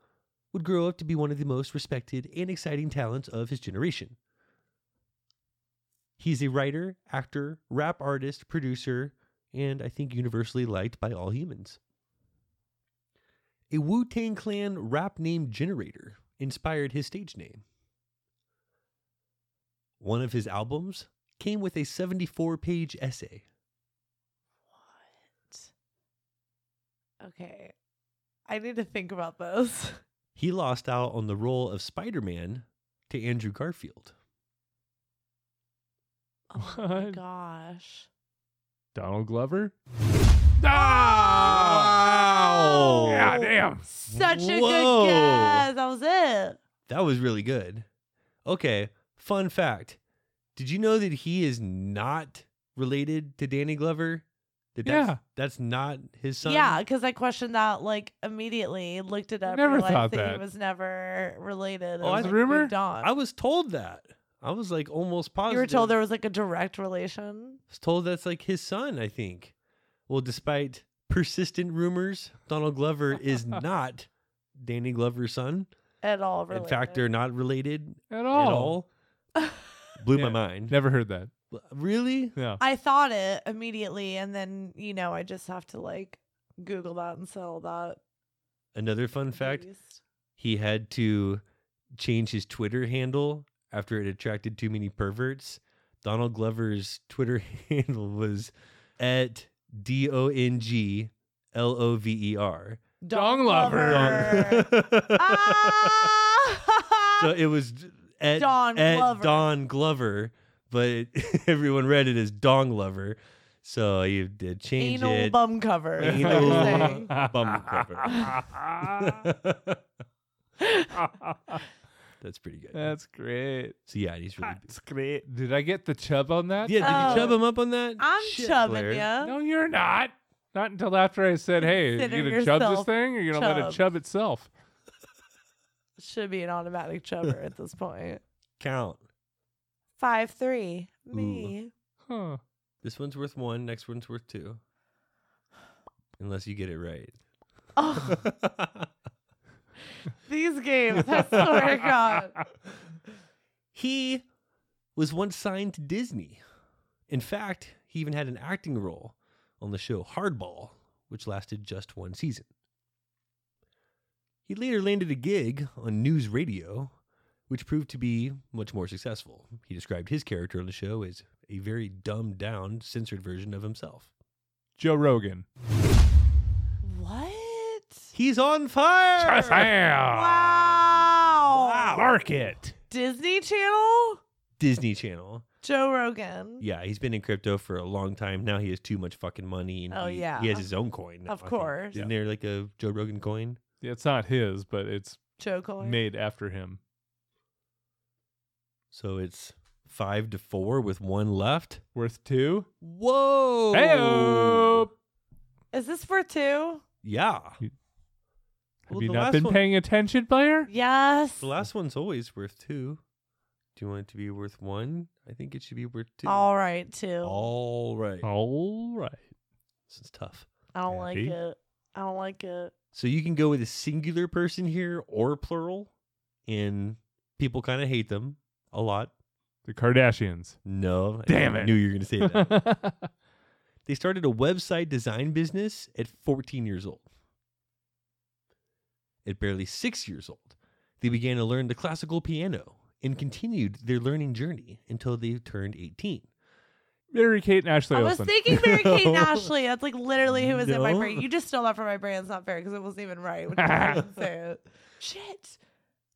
S4: would grow up to be one of the most respected and exciting talents of his generation. He's a writer, actor, rap artist, producer, and I think universally liked by all humans. A Wu Tang Clan rap name generator inspired his stage name. One of his albums came with a 74 page essay.
S6: Okay. I need to think about those.
S4: he lost out on the role of Spider Man to Andrew Garfield.
S6: Oh my
S5: What?
S6: gosh.
S5: Donald Glover.
S6: Oh!
S5: Yeah, damn.
S6: Such a
S4: Whoa.
S6: good guess. That was it.
S4: That was really good. Okay, fun fact. Did you know that he is not related to Danny Glover? That that's,
S5: Yeah.
S4: that's not his son?
S6: Yeah, because I questioned that like immediately, looked it up,
S5: Never
S6: realized
S5: thought
S6: that, he
S5: that.
S6: was never related.
S4: Oh,
S6: and,
S4: I-
S6: like,
S5: rumor?
S6: moved on.
S4: I was told that. I was like almost positive.
S6: you were told there was like a direct relation.
S4: was told that's like his son, I think. Well, despite persistent rumors, Donald Glover is not Danny Glover's son.
S6: At all, related.
S4: In fact, they're not related
S5: At
S4: at
S5: all.
S4: all. Oh. Blew my
S5: Yeah.
S4: mind.
S5: Never heard that.
S4: Really?
S5: No.
S6: I thought it immediately, and then you know, I just have to like Google that and sell that.
S4: Another fun fact
S6: beast.
S4: he had to change his Twitter handle after it attracted too many perverts. Donald Glover's Twitter handle was at D O N G L O V E R.
S5: Dong lover.
S6: lover. Ah!
S4: So it was d- at,
S6: Don
S4: at
S6: Glover.
S4: Don Glover, but it- everyone read it as Dong Lover. So you did change
S6: Anal
S4: it.
S6: bum cover. is what
S4: Anal
S6: you're saying.
S4: bum cover. That's pretty good.
S5: That's great.
S4: so yeah, he's really.
S5: great. Did I get the chub on that?
S4: Yeah, did you
S6: Oh.
S4: chub him up on that?
S6: I'm
S4: Shit, Blair.
S6: chubbing ya.
S5: No, you're not. Not until after I said, "Hey, you gonna
S6: Consider
S5: chub this
S6: yourself
S5: thing, or you gonna let
S6: chubbed.
S5: it chub itself?"
S6: Should be an automatic chubber at this point.
S4: Count.
S6: Five three. Me.
S5: Huh.
S4: This one's worth one. Next one's worth two. Unless you get it right.
S6: Oh, these games. I swear to God.
S4: he was once signed to Disney. In fact, he even had an acting role on the show Hardball, which lasted just one season. He later landed a gig on news radio, which proved to be much more successful. He described his character on the show as a very dumbed down, censored version of himself.
S5: Joe Rogan.
S6: What?
S4: He's on fire!
S6: Wow.
S5: Market.
S6: Oh. Disney Channel?
S4: Disney Channel.
S6: Joe Rogan.
S4: Yeah, he's been in crypto for a long time. Now he has too much fucking money. And
S6: Oh,
S4: he,
S6: yeah.
S4: He has his own coin. now,
S6: Of
S4: I think.
S6: course.
S4: Isn't there like a Joe Rogan coin?
S5: It's not his, but it's
S6: Joe Coy.
S5: made after him.
S4: So it's five to four with one left.
S5: Worth two.
S4: Whoa.
S5: Hey.
S6: Is this for two?
S4: Yeah.
S5: Have
S4: Well,
S5: you
S4: the
S5: not
S4: last
S5: been
S4: one-
S5: paying attention, Blair?
S6: Yes.
S4: The last one's always worth two. Do you want it to be worth one? I think it should be worth two.
S6: All right, two.
S4: All right.
S5: Oh. All right.
S4: This is tough.
S6: I don't like
S5: Happy?
S6: it. I don't like it.
S4: So you can go with a singular person here or plural. And People kind of hate them a lot.
S5: The Kardashians.
S4: No.
S5: Damn
S4: I
S5: it.
S4: knew you were going to say that. they started a website design business at 14 years old. At barely six years old, they began to learn the classical piano and continued their learning journey until they turned 18.
S5: Mary Kate and Ashley
S6: I was
S5: Olsen.
S6: thinking Mary Kate and Ashley. That's like literally who was in my
S4: No.
S6: brain. You just stole that from my brain. It's not fair because it wasn't even right. When I didn't say it. Shit.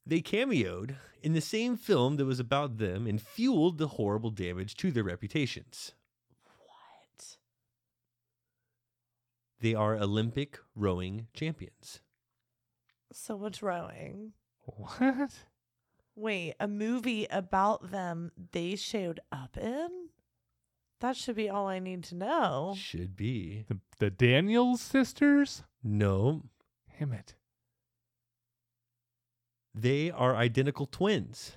S4: They cameoed in the same film that was about them and fueled the horrible damage to their reputations.
S6: What?
S4: They are Olympic rowing champions.
S6: So what's rowing?
S5: what?
S6: Wait, a movie about them they showed up in? That should be all I need to
S5: Oh.
S6: know.
S4: Should be.
S5: The, the Daniels sisters?
S4: No,
S5: Damn it.
S4: they are identical twins,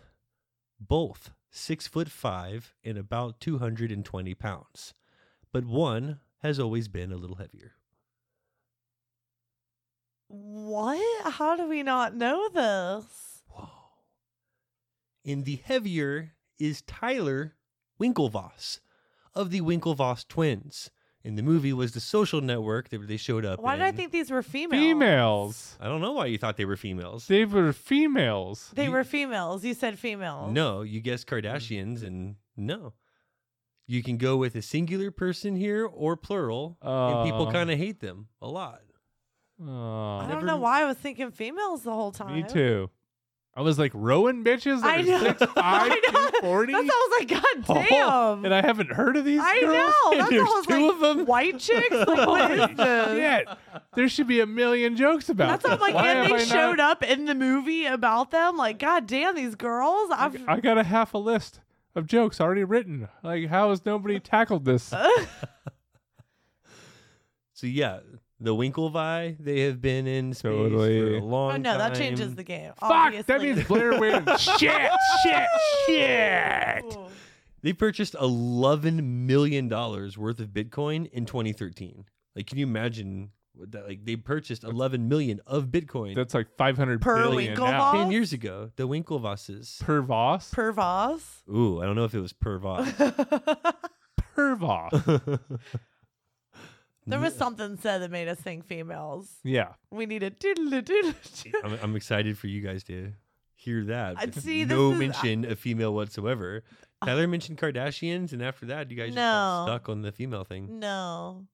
S4: both six foot five and about 220 pounds, but one has always been a little heavier.
S6: What? How do we not know this?
S4: Whoa. And the heavier is Tyler Winklevoss of the Winklevoss twins. And the movie was the social network that they showed up
S6: Why did I
S4: in.
S6: think these were females?
S5: Females.
S4: I don't know why you thought they were females.
S5: They were females.
S6: They
S4: You-
S6: were females. You said females.
S4: No, you guessed
S6: Mm.
S4: Kardashians, and no. You can go with a singular person here or plural, and people
S6: Oh.
S5: Uh.
S4: kind of hate them a lot.
S6: I
S5: Oh,
S6: don't
S4: Never-
S6: know why I was thinking females the whole time.
S5: me too. I was like rowing bitches that
S6: I
S5: are
S6: know.
S5: six five,
S6: I know.
S5: two forty.
S6: That's I was like,
S5: Oh,
S6: God damn.
S5: and I haven't heard of these
S6: I
S5: girls.
S6: know.
S5: And
S6: That's
S5: there's
S6: all I was
S5: two
S6: like,
S5: of them.
S6: White chicks? Like, what is this?
S5: Shit. There should be a million jokes about
S6: That's
S5: this.
S6: what I'm like,
S5: Why
S6: and
S5: have
S6: they
S5: I
S6: showed
S5: not-
S6: up in the movie about them. Like, god damn, these girls. I've
S5: I got a half a list of jokes already written. Like, how has nobody tackled this?
S6: Uh,
S4: So yeah, the Winklevi, they have been in space for
S5: Totally.
S4: a long
S6: oh no, that changes
S4: time.
S6: the game.
S5: Fuck! That
S6: obviously.
S5: means Blair Witch. shit! Shit! Shit!
S6: Ooh.
S4: They purchased eleven million dollars worth of Bitcoin in 2013. Like, can you imagine what that? Like, they purchased eleven million of Bitcoin
S5: That's like 500
S6: Per
S5: billion
S6: Winklevoss?
S5: now.
S4: ten years ago. The Winklevosses.
S5: Per Voss? Per,
S6: Per Voss.
S4: Ooh, I don't know if it was per Voss.
S5: Voss.
S6: There was something said that made us think females.
S5: yeah.
S6: We need a doodle doodle.
S4: I'm, I'm excited for you guys to hear that.
S6: I'd
S4: because
S6: see, this
S4: no
S6: is- uh,
S4: mention of female whatsoever. Tyler mentioned Kardashians, and after that, you guys just got
S6: No.
S4: stuck on the female thing.
S6: No.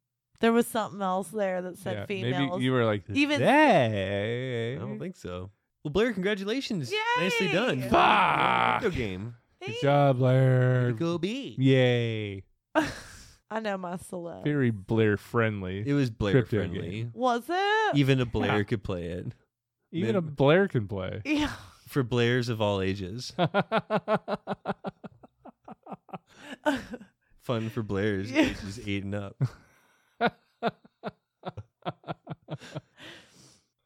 S6: There was something else there that said
S5: yeah.
S6: females.
S5: Maybe you were like,
S6: Even- Oh,
S5: "They."
S4: I don't think so. Well, Blair, congratulations! Nicely
S6: Yay!
S4: done.
S5: Fuck.
S4: Video game.
S5: Good
S6: Hey,
S5: job, Blair.
S4: Go B.
S5: Yay.
S6: I know my celeb.
S5: Very Blair friendly.
S4: It was Blair
S5: Crypto
S4: friendly.
S5: game.
S6: was it?
S4: Even a Blair could play it
S5: Even a Blair can play.
S6: yeah.
S4: for Blairs of all ages. Fun for Blairs
S6: Yeah.
S4: ages eight and up. well,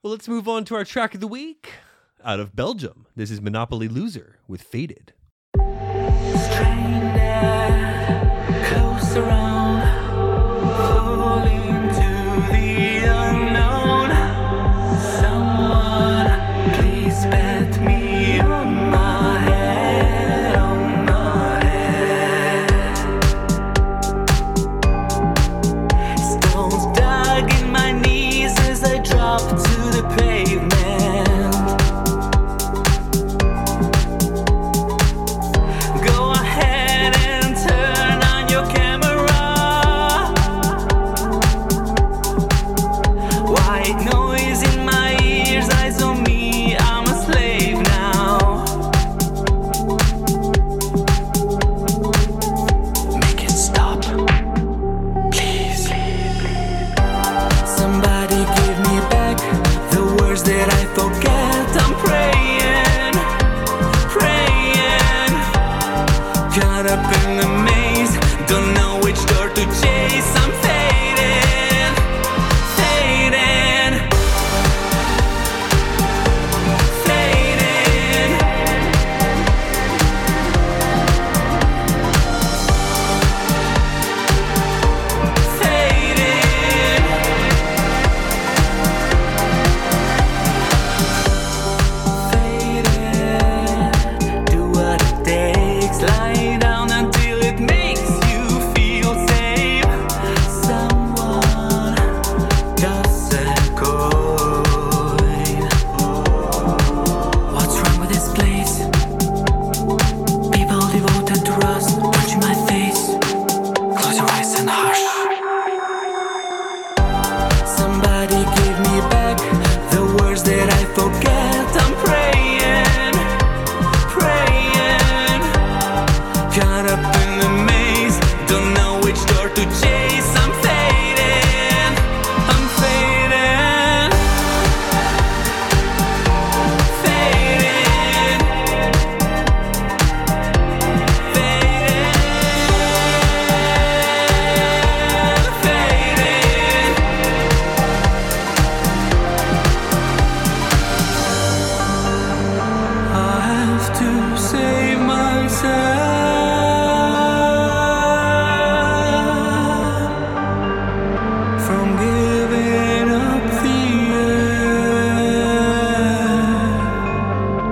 S4: let's move on to our track of the week. Out of Belgium, this is Monopoly Loser with Faded.
S8: Stones dug in my knees as I drop to the pavement. Go ahead and turn on your camera.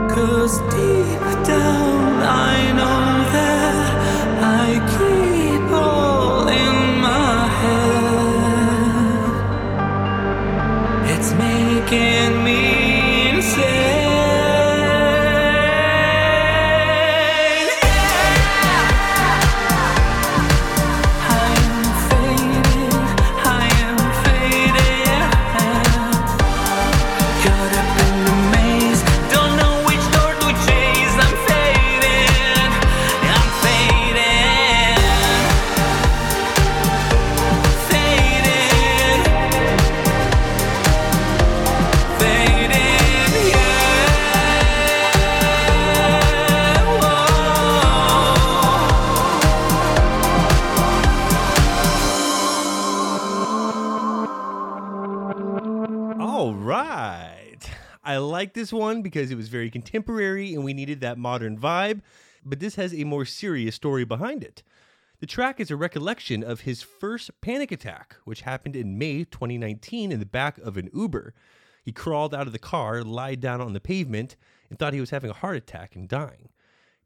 S8: Cause deep down I know that I keep all in my head. It's making me insane. I am faded, I am faded. Caught up in the maze, don't know which door to chase. I'm fading, I'm fading, fading, fading, yeah. Whoa.
S4: All right. I like this one because it was very contemporary and we needed that modern vibe, but this has a more serious story behind it. The track is a recollection of his first panic attack, which happened in May 2019 in the back of an Uber. He crawled out of the car, lied down on the pavement, and thought he was having a heart attack and dying.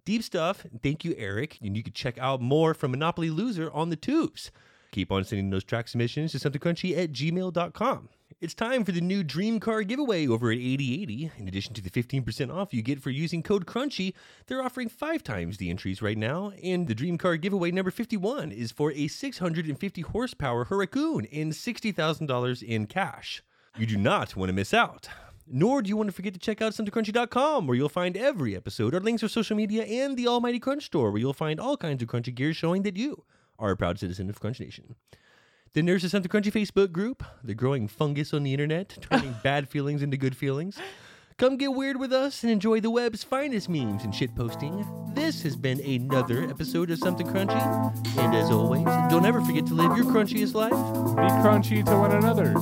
S4: Deep stuff. Thank you, Eric. And you can check out more from Monopoly Loser on the tubes. Keep on sending those track submissions to somethingcrunchy at gmail.com. It's time for the new Dream Car giveaway over at 8080. In addition to the 15% off you get for using code CRUNCHY, they're offering five times the entries right now. And the Dream Car giveaway number 51 is for a 650 horsepower Huracan and $60,000 in cash. You do not want to miss out. Nor do you want to forget to check out SomethingCrunchy.com, where you'll find every episode, our links to social media, and the Almighty Crunch Store, where you'll find all kinds of crunchy gear showing that you are a proud citizen of Crunch Nation. Then there's the Something Crunchy Facebook group, the growing fungus on the internet, turning bad feelings into good feelings. Come get weird with us and enjoy the web's finest memes and shit posting. This has been another episode of Something Crunchy, and as always, don't ever forget to live your crunchiest life.
S5: Be crunchy to one another.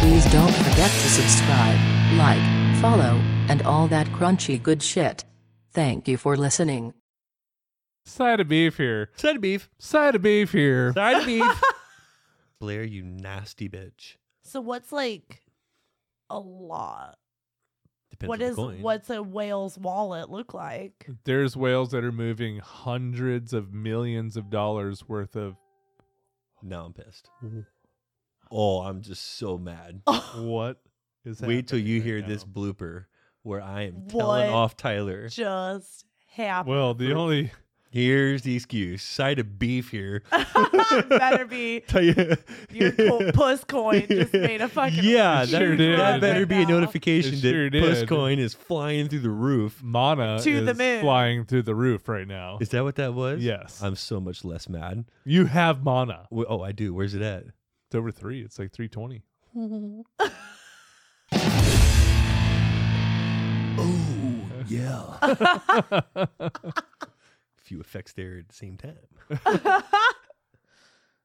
S9: Please don't forget to subscribe, like, follow, and all that crunchy good shit. Thank you for listening.
S5: Side of beef here.
S4: Side of beef.
S5: Side of beef here.
S4: Side of beef. Blair, you nasty bitch.
S6: So what's like a lot?
S4: Depends
S6: what
S4: on the
S6: is
S4: coin.
S6: what's a whale's wallet look like?
S5: There's whales that are moving hundreds of millions of dollars worth of
S4: Now I'm pissed. Oh, I'm just so mad.
S5: Oh, what is
S4: Wait till
S5: happening
S4: you
S5: right
S4: hear
S5: now.
S4: this blooper where I am telling
S6: What?
S4: off Tyler.
S6: Just happy.
S5: Well, the only
S4: Here's the excuse. Side of beef here.
S6: better be
S4: Tell you.
S6: your co- puss coin just made a fucking
S4: yeah,
S5: It
S4: that,
S5: sure did.
S4: that better be a
S6: Right now.
S4: notification
S5: It
S4: that
S5: sure
S4: Puss
S5: did.
S4: Coin is flying through the roof.
S5: mana
S6: To the
S5: is
S6: moon.
S5: flying through the roof right now.
S4: Is that what that was?
S5: Yes.
S4: I'm so much less mad.
S5: you have mana.
S4: Wh- Oh, I do. Where's it at?
S5: It's over three. It's like 320.
S4: Oh, yeah. Few effects there at the same time.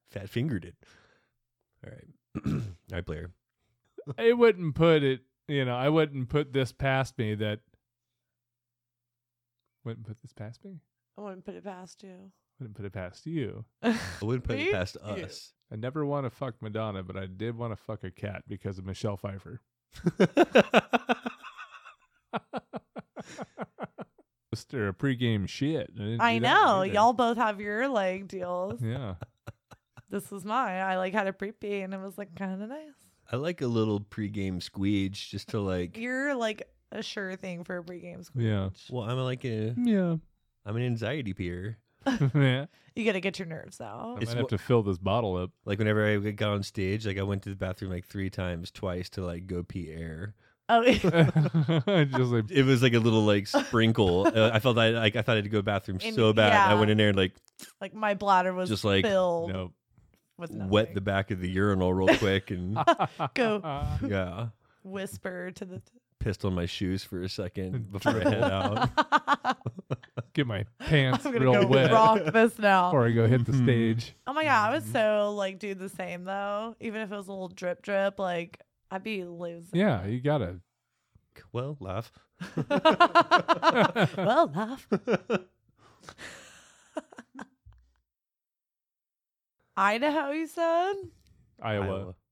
S4: Fat fingered it. All right. All right, Blair.
S5: I wouldn't put it, you know, I wouldn't put this past me that. Wouldn't put this past me?
S6: I wouldn't put it past you.
S5: Wouldn't put it past you.
S4: I wouldn't put
S6: Me?
S4: it past
S6: Yeah.
S4: us.
S5: I never want to fuck Madonna, but I did want to fuck a cat because of Michelle Pfeiffer. Just her pregame shit. I, didn't
S6: I
S5: do that
S6: know.
S5: either.
S6: Y'all both have your like deals.
S5: Yeah.
S6: This was mine. I like had a preppy and it was like kind of nice.
S4: I like a little pregame squeege just to like.
S6: You're like a sure thing for a pregame squeeze.
S5: Yeah.
S4: Well, I'm like a
S5: Yeah.
S4: I'm an anxiety peer.
S5: yeah.
S6: You gotta get your nerves out.
S5: I
S4: It's
S5: might have
S4: what-
S5: to fill this bottle up.
S4: Like whenever I got on stage, like I went to the bathroom like three times, twice to like go pee air.
S6: Oh,
S5: Just like
S4: It was like a little like sprinkle. uh, I felt I like I thought I had to go to the bathroom
S6: And-
S4: so bad. I
S6: yeah.
S4: went in there and like
S6: like my bladder was
S4: Just like,
S6: filled
S5: nope.
S6: with
S4: wet the
S6: nothing.
S4: back of the urinal real quick and
S6: Go.
S4: yeah,
S6: whisper to the.
S4: pissed on my shoes for a second before I head out.
S5: Get my pants
S6: I'm gonna
S5: real
S6: go
S5: wet
S6: rock this now.
S5: before I go hit the stage.
S6: Oh my god, I
S5: Mm-hmm.
S6: would so like do the same though. Even if it was a little drip drip, like I'd be losing.
S5: Yeah, you gotta.
S4: Well, laugh.
S6: well, laugh.
S10: Idaho, you said?
S6: Iowa.
S11: Iowa.